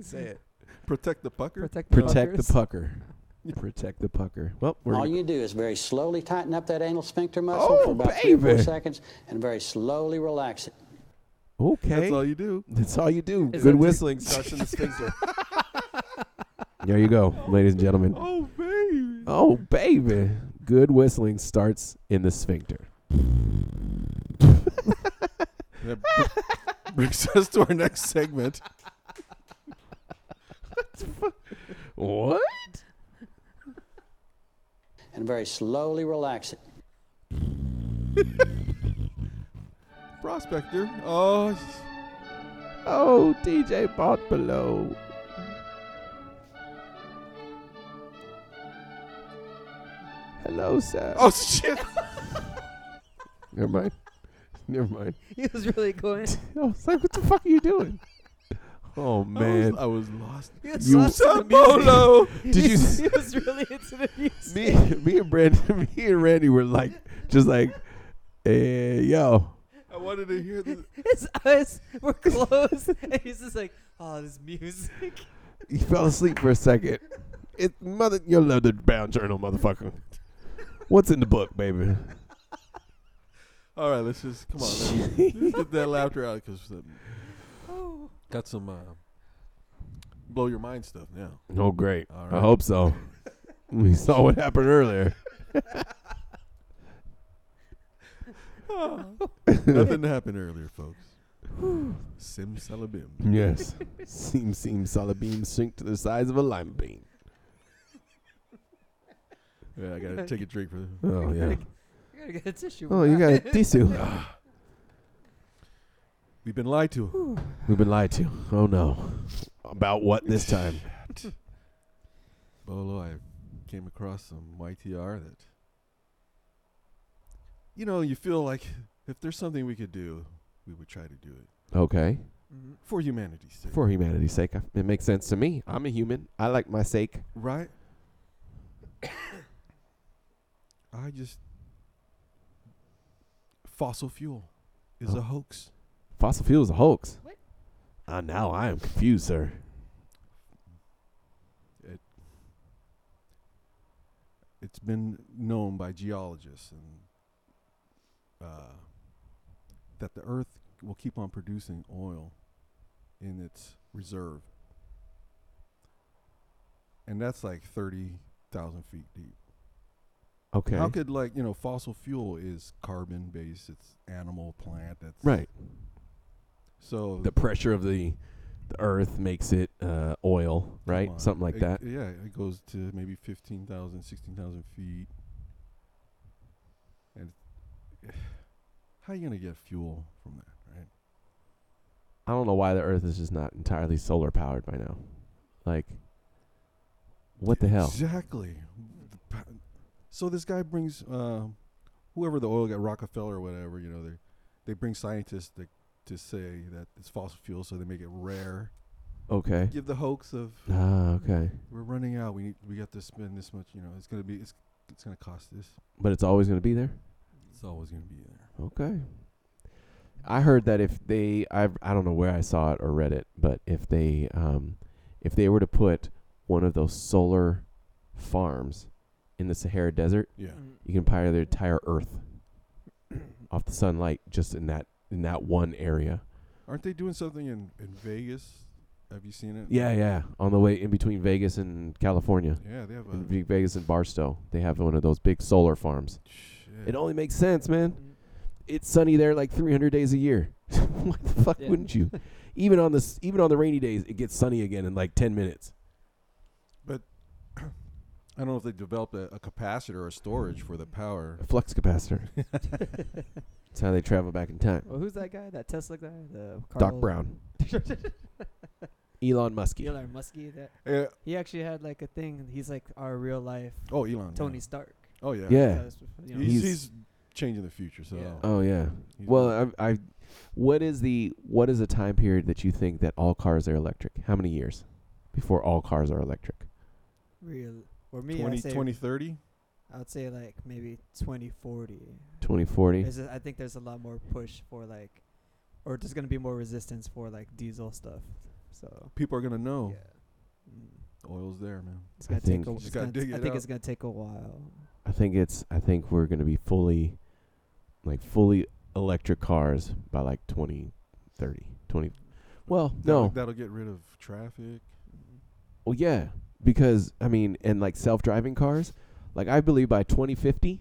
say it. Protect the pucker. Protect Protect the pucker. Protect the pucker. Well, we're All you do is very slowly tighten up that anal sphincter muscle Oh, for about three or four baby. seconds and very slowly relax it. okay. That's all you do. That's all you do. Good whistling. Touching the sphincter. There you go, ladies and gentlemen. oh, baby. Oh baby, good whistling starts in the sphincter. That br- brings us to our next segment. What? And very slowly relax it. Prospector. Oh, Oh, DJ bought below. Hello, sir. Oh shit. Never mind. Never mind. He was really going. I was like, Oh, what the fuck are you doing? Oh man, I was lost. He was lost in the music. Polo. Did you? He See? was really into the music. me, me and Brandon, me and Randy were like, just like, eh, yo, I wanted to hear the. His eyes were closed, and he's just like, "Oh, this music." you fell asleep for a second. It mother, you love the bound journal, motherfucker. What's in the book, baby? All right, let's just come on. Let's, let's get that laughter out because got some uh, blow your mind stuff now. Oh, great. All I right. hope so. we saw what happened earlier. Nothing happened earlier, folks. Sim salabim. Yes. seam, seam, solid beam shrink to the size of a lima bean. Yeah, I gotta take a drink for them. Oh, yeah. You gotta get a tissue. Oh, you got a tissue. We've been lied to. We've been lied to. Oh, no. About what this time? Bolo, I came across some YTR that. You know, you feel like if there's something we could do, we would try to do it Okay. for humanity's sake. For humanity's sake, I- it makes sense to me. I'm a human. I like my sake. Right? I just. Fossil fuel is Oh. a hoax. Fossil fuel is a hoax. What? Uh, now I am confused, sir. It, it's been known by geologists and uh, that the Earth will keep on producing oil in its reserve, and that's like thirty thousand feet deep. Okay. How could like you know fossil fuel is carbon based? It's animal, plant. That's Right. So The pressure of the, the earth makes it uh, oil, right? Come on. Something like It- that. Yeah, it goes to maybe 15,000, 16,000 feet. And how you going to get fuel from that, right? I don't know why the earth is just not entirely solar powered by now. Like, what the hell? Exactly. The pa- So this guy brings uh, whoever the oil guy, Rockefeller or whatever, you know, they they bring scientists that, to say that it's fossil fuel, so they make it rare. Okay. Give the hoax of Ah, okay. we're running out. We need, we got to spend this much. You know, it's gonna be it's it's gonna cost this. But it's always going to be there? It's always gonna be there. Okay. I heard that if they, I I don't know where I saw it or read it, but if they, um, if they were to put one of those solar farms in the Sahara Desert, Yeah. Mm. you can power the entire Earth off the sunlight just in that in that one area. Aren't they doing something in, in Vegas Have you seen it? Yeah, yeah. On the way in between Vegas and California. Yeah, they have In between Vegas and Barstow. They have one of those big solar farms. It only makes sense, man. It's sunny there like 300 days a year. Why the fuck Yeah. wouldn't you? Even on the s- even on the rainy days, it gets sunny again in like 10 minutes. But I don't know if they developed a, a capacitor or storage for the power. A flux capacitor. That's how they travel back in time. Well, who's that guy? That Tesla guy? The Doc Brown. Elon Musk. Elon Muskie. That Yeah. he actually had like a thing. He's like our real life. Oh, Elon, yeah. Tony Stark. Oh yeah. Yeah. Because, you know, he's, He's- he's changing the future. So Oh yeah. He's- Well, I, I, what is the what is the time period that you think that all cars are electric? How many years before all cars are electric? Real. Or me, 20 I'd say 2030? I would say like maybe 2040. 2040? There's a- I think there's a lot more push for like, or there's gonna be more resistance for like diesel stuff. So people are gonna know. Oil's there, man. it's gonna think- take. A, Just it's gotta gonna dig t- I it think out. it's gonna take a while. I think it's I think we're gonna be fully, like fully electric cars by like 2030. 20. Well, That'll- no. that'll get rid of traffic. Well, yeah, because I mean, and like self-driving cars, like I believe by 2050,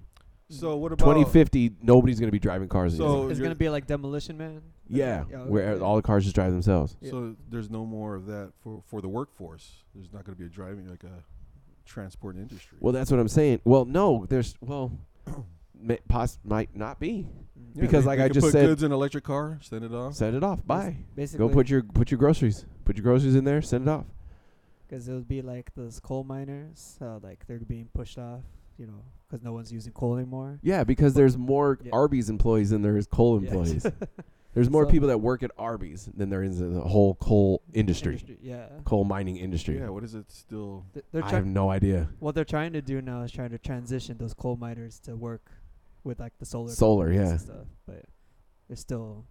So what about 2050, nobody's gonna be driving cars. So anymore. It's gonna be like demolition man. yeah, Yeah, where all the cars just drive themselves. So there's no more of that for for the workforce. There's not going to be a driving like a transport industry. Well, that's what I'm saying. Well, no, there's well, may, poss- might not be Yeah, because they- like they I could just put said, goods in an electric car, send it off. Send it off. Bye. basically- go put your put your groceries, put your groceries in there. Send it off. Because it would be like those coal miners, uh, like they're being pushed off, you know, because no one's using coal anymore. Yeah, because there's more Yeah. Arby's employees than there is coal Yeah. employees. there's more So- people that work at Arby's than there is in the whole coal industry. Industry, yeah. Coal mining industry. Yeah, what is it still? Th- they're I try- have no idea. What they're trying to do now is trying to transition those coal miners to work with like the solar. Solar, companies yeah. And stuff, but they're still.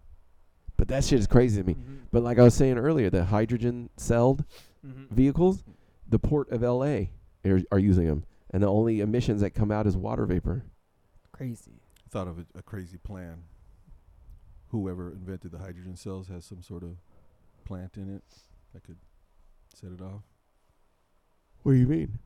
But that shit is crazy to me. Mm-hmm. But like I was saying earlier, the hydrogen celled Mm-hmm. vehicles, the port of LA are, are using them, and the only emissions that come out is water vapor. Crazy. Thought of a, a crazy plan. Whoever invented the hydrogen cells has some sort of plant in it that could set it off. What do you mean?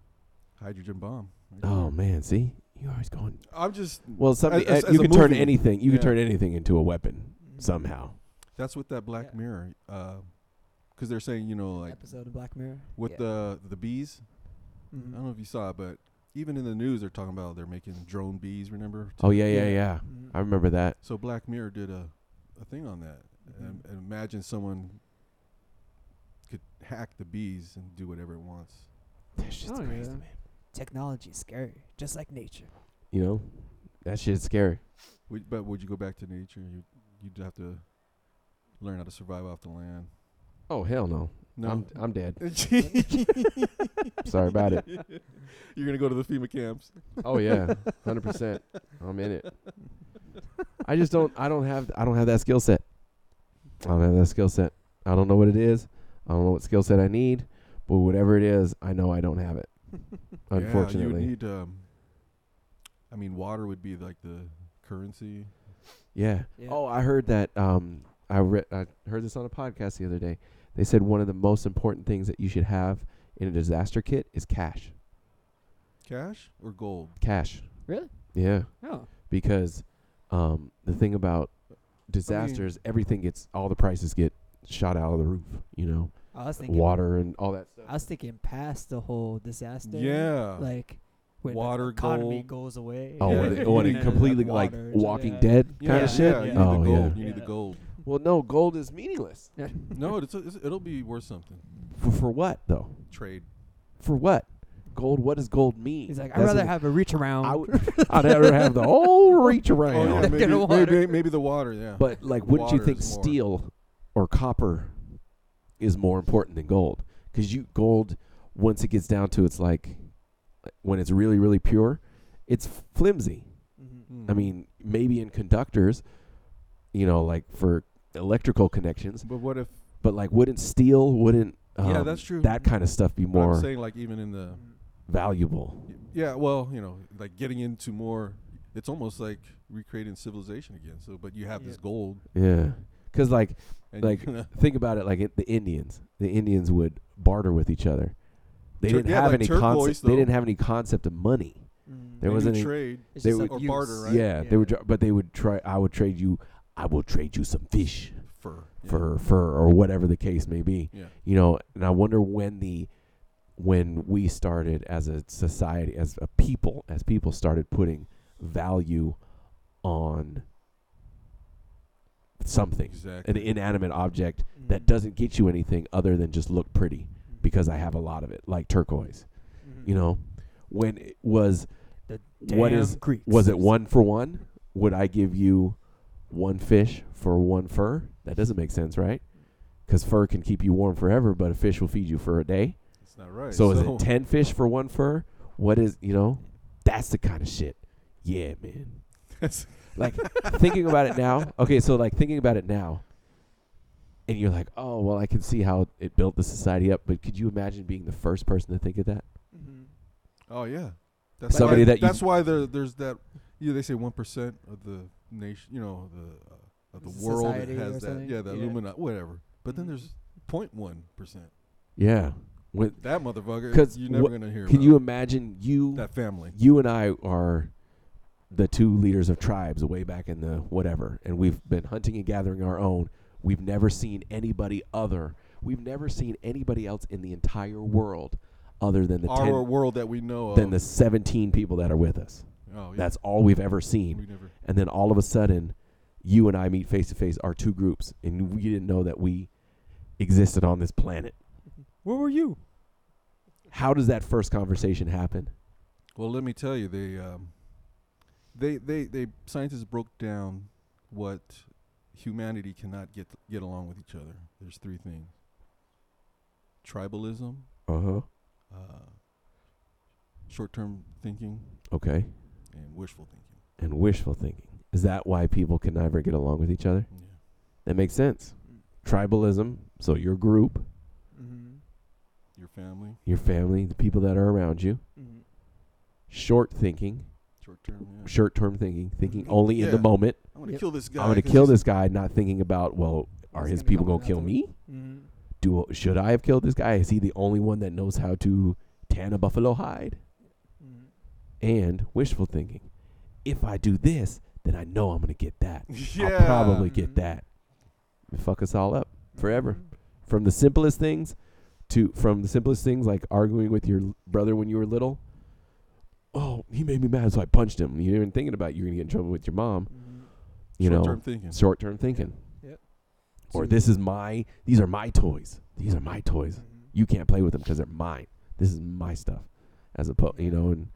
Hydrogen bomb. Oh man, see, you always going. I'm just Well, something as- uh, as you a can turn movie. anything. You Yeah. can turn anything into a weapon Mm-hmm. somehow. That's with that Black Mirror, because they're saying you know like Episode of Black Mirror? with Yeah. the the bees. Mhm. I don't know if you saw it, but even in the news they're talking about they're making drone bees. Remember? Oh yeah, yeah, yeah. Mm-hmm. I remember that. So Black Mirror did a, a thing on that. Mm-hmm. And, and imagine someone could hack the bees and do whatever it wants. That's just crazy, man. Technology's scary, just like nature. You know, that shit's scary. Would, but would you go back to nature? You, you'd have to learn how to survive off the land. Oh hell no. No. I'm I'm dead. Sorry about it. You're gonna go to the FEMA camps. Oh yeah, hundred percent. I'm in it. I just don't. I don't have. I don't have that skill set. I don't have that skill set. I don't know what it is. I don't know what skill set I need. But whatever it is, I know I don't have it. yeah, you Unfortunately. would need. Um, I mean, water would be like the currency. Yeah. Oh, I heard that. Um, I read. I heard this on a podcast the other day. They said one of the most important things that you should have in a disaster kit is cash. Cash or gold? Cash. Really? Yeah. Oh. Because um, the thing about disasters, everything gets all the prices get shot out of the roof. You know, Oh, I was thinking- water and all that. I was thinking past the whole disaster. Yeah. Like when Water, the economy gold. goes away. Oh, what, it, what it completely like Walking Dead kind Yeah, of shit. yeah, you need oh the gold. yeah. You need the gold. Well, no, gold is meaningless. no, it's, it's, it'll be worth something. For, for what though? Trade. For what? Gold. What does gold mean? He's like, I'd That's rather what- have a reach around. I would, I'd rather have the whole reach around. Oh, yeah, maybe, maybe, maybe the water, yeah. But like, wouldn't you Water think is more. steel or copper is more important than gold? Because you gold, once it gets down to it's like, when it's really really pure, it's flimsy. Mm-hmm. I mean, maybe in conductors, you know, like for electrical connections. But what if? But like, wouldn't steel? Wouldn't um, Yeah, that's true. That kind of stuff be But I'm more saying like even in the valuable. yeah, well, you know, like getting into more. It's almost like recreating civilization again. So, but you have this gold. Yeah. Because like, And like you're gonna- think about it. Like it, the Indians, the Indians would barter with each other. They Tur- didn't yeah, have like any turquoise, concept. They though. Mm. didn't have any concept of money. They There wasn't knew any trade. It's they just would- like Or barter, use. right? Yeah, they would. But they would try. I would trade you. I will trade you some fish Fur, for for or whatever the case may be. Yeah. You know, and I wonder when the when we started as a society, as a people, as people started putting value on something, an Exactly. inanimate object Mm-hmm. that doesn't get you anything other than just look pretty because I have a lot of it, like turquoise. You know, when it was Mm-hmm. The what damn is Greeks. was it one for one? Would I give you one fish for one fur? That doesn't make sense, right? Because fur can keep you warm forever, but a fish will feed you for a day. That's not right. So, is So- it ten fish for one fur? What is you know? That's the kind of shit. Yeah, man. like thinking about it now. Okay, so like thinking about it now, and you're like, oh well, I can see how it built the society up. But could you imagine being the first person to think of that? Oh yeah, that's Somebody why, that you- that's why there, there's that. You know, they say one percent of the nation, you know, the uh, of the The world society or has that. something? Yeah, the Yeah. Mm-hmm. Illuminati, whatever. But then there's 0.1 percent. Yeah. With That motherfucker, Because you're never wha- gonna hear Can about. you imagine you That family. You and I are the two leaders of tribes way back in the whatever, and we've been hunting and gathering our own. We've never seen anybody other. We've never seen anybody else in the entire world other than the Our 10 world that we know than of. the 17 people that are with us. Oh, yeah. That's all we've ever seen. We never- And then all of a sudden, you and I meet face to face, our two groups, and we didn't know that we existed on this planet. Where were you? How does that first conversation happen? Well, let me tell you, they um, they they they scientists broke down what humanity cannot get get along with each other. There's three things: tribalism, Uh huh. uh, short-term thinking, Okay. and wishful thinking. and wishful thinking. Is that why people can never get along with each other? That makes sense. Mm. Tribalism, so your group, Your family, your family, the people that are around you. Short thinking, short-term. Mm-hmm. Yeah. Mm-hmm. short-term thinking, thinking only in the Yeah. moment. I'm gonna Yep. kill this guy I'm going 'cause to kill he's- this guy, not thinking about well, are his people going to kill me? Mm-hmm. Do should I have killed this guy? Is he the only one that knows how to tan a buffalo hide? And wishful thinking. If I do this, then I know I'm going to get that. I'll probably get that. It fuck us all up forever. From the simplest things to from the simplest things like arguing with your l- brother when you were little. Oh, he made me mad, so I punched him. You didn't even thinking about you're gonna get in trouble with your mom. You know, Mm-hmm. Short-term thinking. Short term thinking. Yep. Or this is my. These are my toys. These are my toys. Mm-hmm. You can't play with them because they're mine. This is my stuff. As opposed, you know, and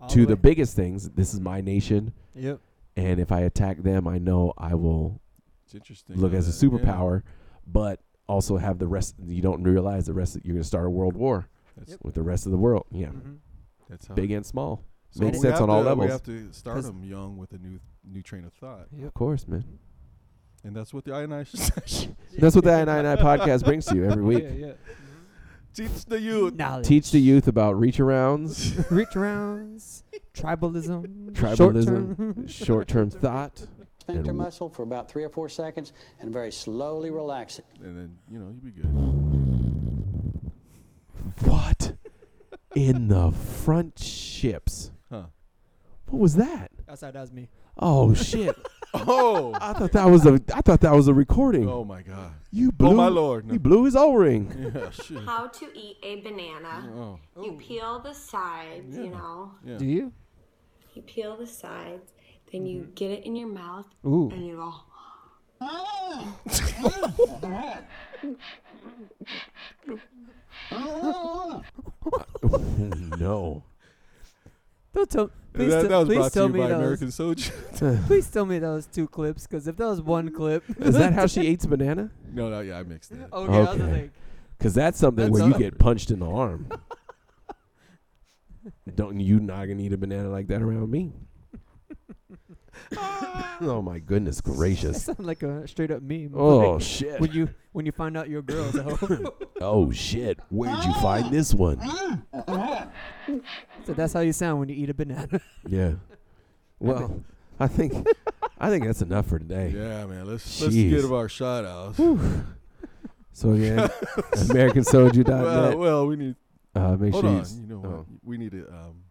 All to the the way. biggest things, this is my nation. Yep. And if I attack them, I know I will It's interesting look how as a that- yeah. superpower, but also have the rest. You don't realize the rest. Of, you're going to start a world war That's- with the rest of the world. Yeah, Mm-hmm. That's how big and small. So Makes we sense have on all to- levels. We have to start 'Cause- them young with a new new train of thought. Of course, man. And that's what the I and I session. That's what the I and I and I podcast brings to you every week. Yeah, yeah. Teach the youth. Teach the youth about reach arounds, Reach rounds, tribalism, tribalism, short term thought, Sphincter and muscle for about three or four seconds and very slowly relax it. And then, you know, you'd be good. what in the front ships? Huh. What was that? Outside, that was me. Oh shit! oh, I thought that was a I thought that was a recording. Oh my god! You Oh, blew my lord, no. You blew his O ring. Yeah, shit. How to eat a banana. You peel the sides, you know. Yeah. Do you? You peel the sides, then you get it in your mouth, Ooh. and you go. no. Don't tell. Please, that, tell- that was please brought to tell you me by that American was, Soldier. please tell me that was two clips, because if that was one clip, Is that how she eats a banana? No, no, yeah, I mixed that. Okay, I was like, Because that's something That's where you something. get punched in the arm. Don't you not gonna eat a banana like that around me? oh my goodness that gracious! sounded like a straight up meme. Oh, Like, shit. When you when you find out your girl's a hoe. Oh shit! Where'd you find this one? so that's how you sound when you eat a banana. Yeah. Well, I think I think that's enough for today. Yeah, man. Let's let's give Jeez. our shout outs. So again, AmericanSoldier.net. Well, well, we need. Uh, make hold sure you on. s- You know oh. what? We need to um,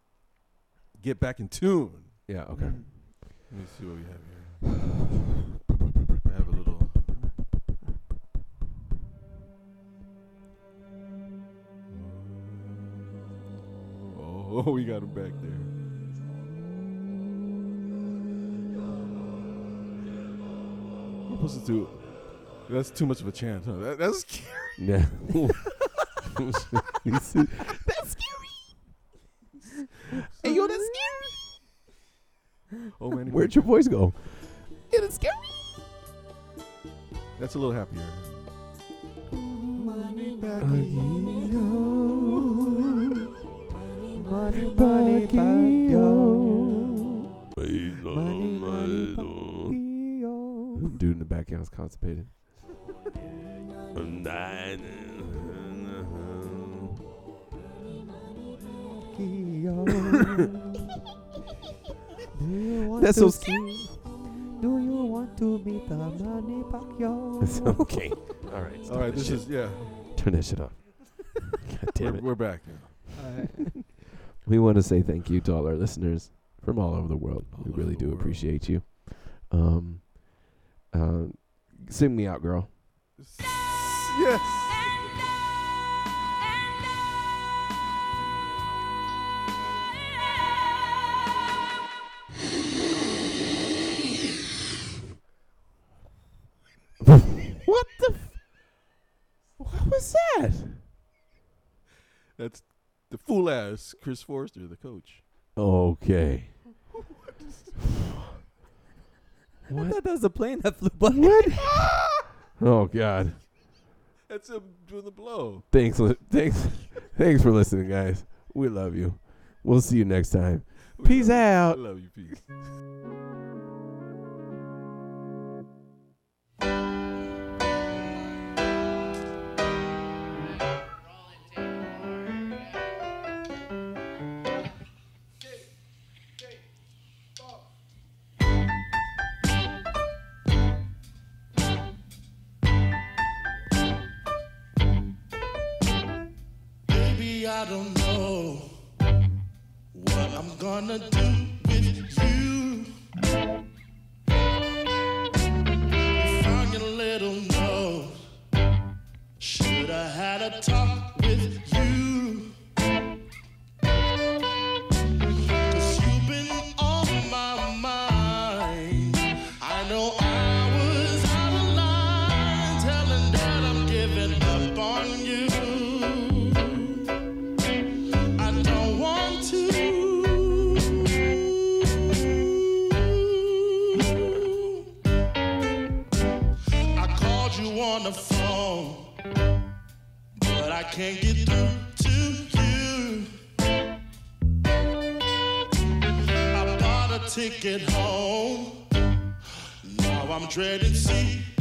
get back in tune. Yeah. Okay. Let me see what we have here. I have a little. Oh, we got him back there. We're supposed to do. That's too much of a chance. Huh? That, that's scary. Yeah. That's scary. Hey, yo, that's scary. Oh man, Where'd your voice go? Yeah, that's scary. That's a little happier. Money back Dude in the background is constipated. That's That's so so scary. Do you want to meet the money Pacquiao? It's okay. All right. stop All right, this this shit. is yeah. Turn that shit off. God damn we're, it. we're back now. We want to say thank you to all our listeners from all over the world. we really do appreciate you. Um, uh, sing me out, girl. Yes. What the? F- what was that? That's the fool ass Chris Forster, the coach. Okay. I thought that was a plane that flew by. Oh God. That's him doing the blow. Thanks. Li- thanks. thanks for listening, guys. We love you. We'll see you next time. Peace out. I love you, peace. Baby, I don't know what I'm gonna do with you. If I can let 'em know, should I had a talk with you? Cause you've been on my mind. I know I was out of line, telling that I'm giving up on you. I don't want to. I called you on the phone, but I can't get through to you. I bought a ticket home. Now I'm dreading seeing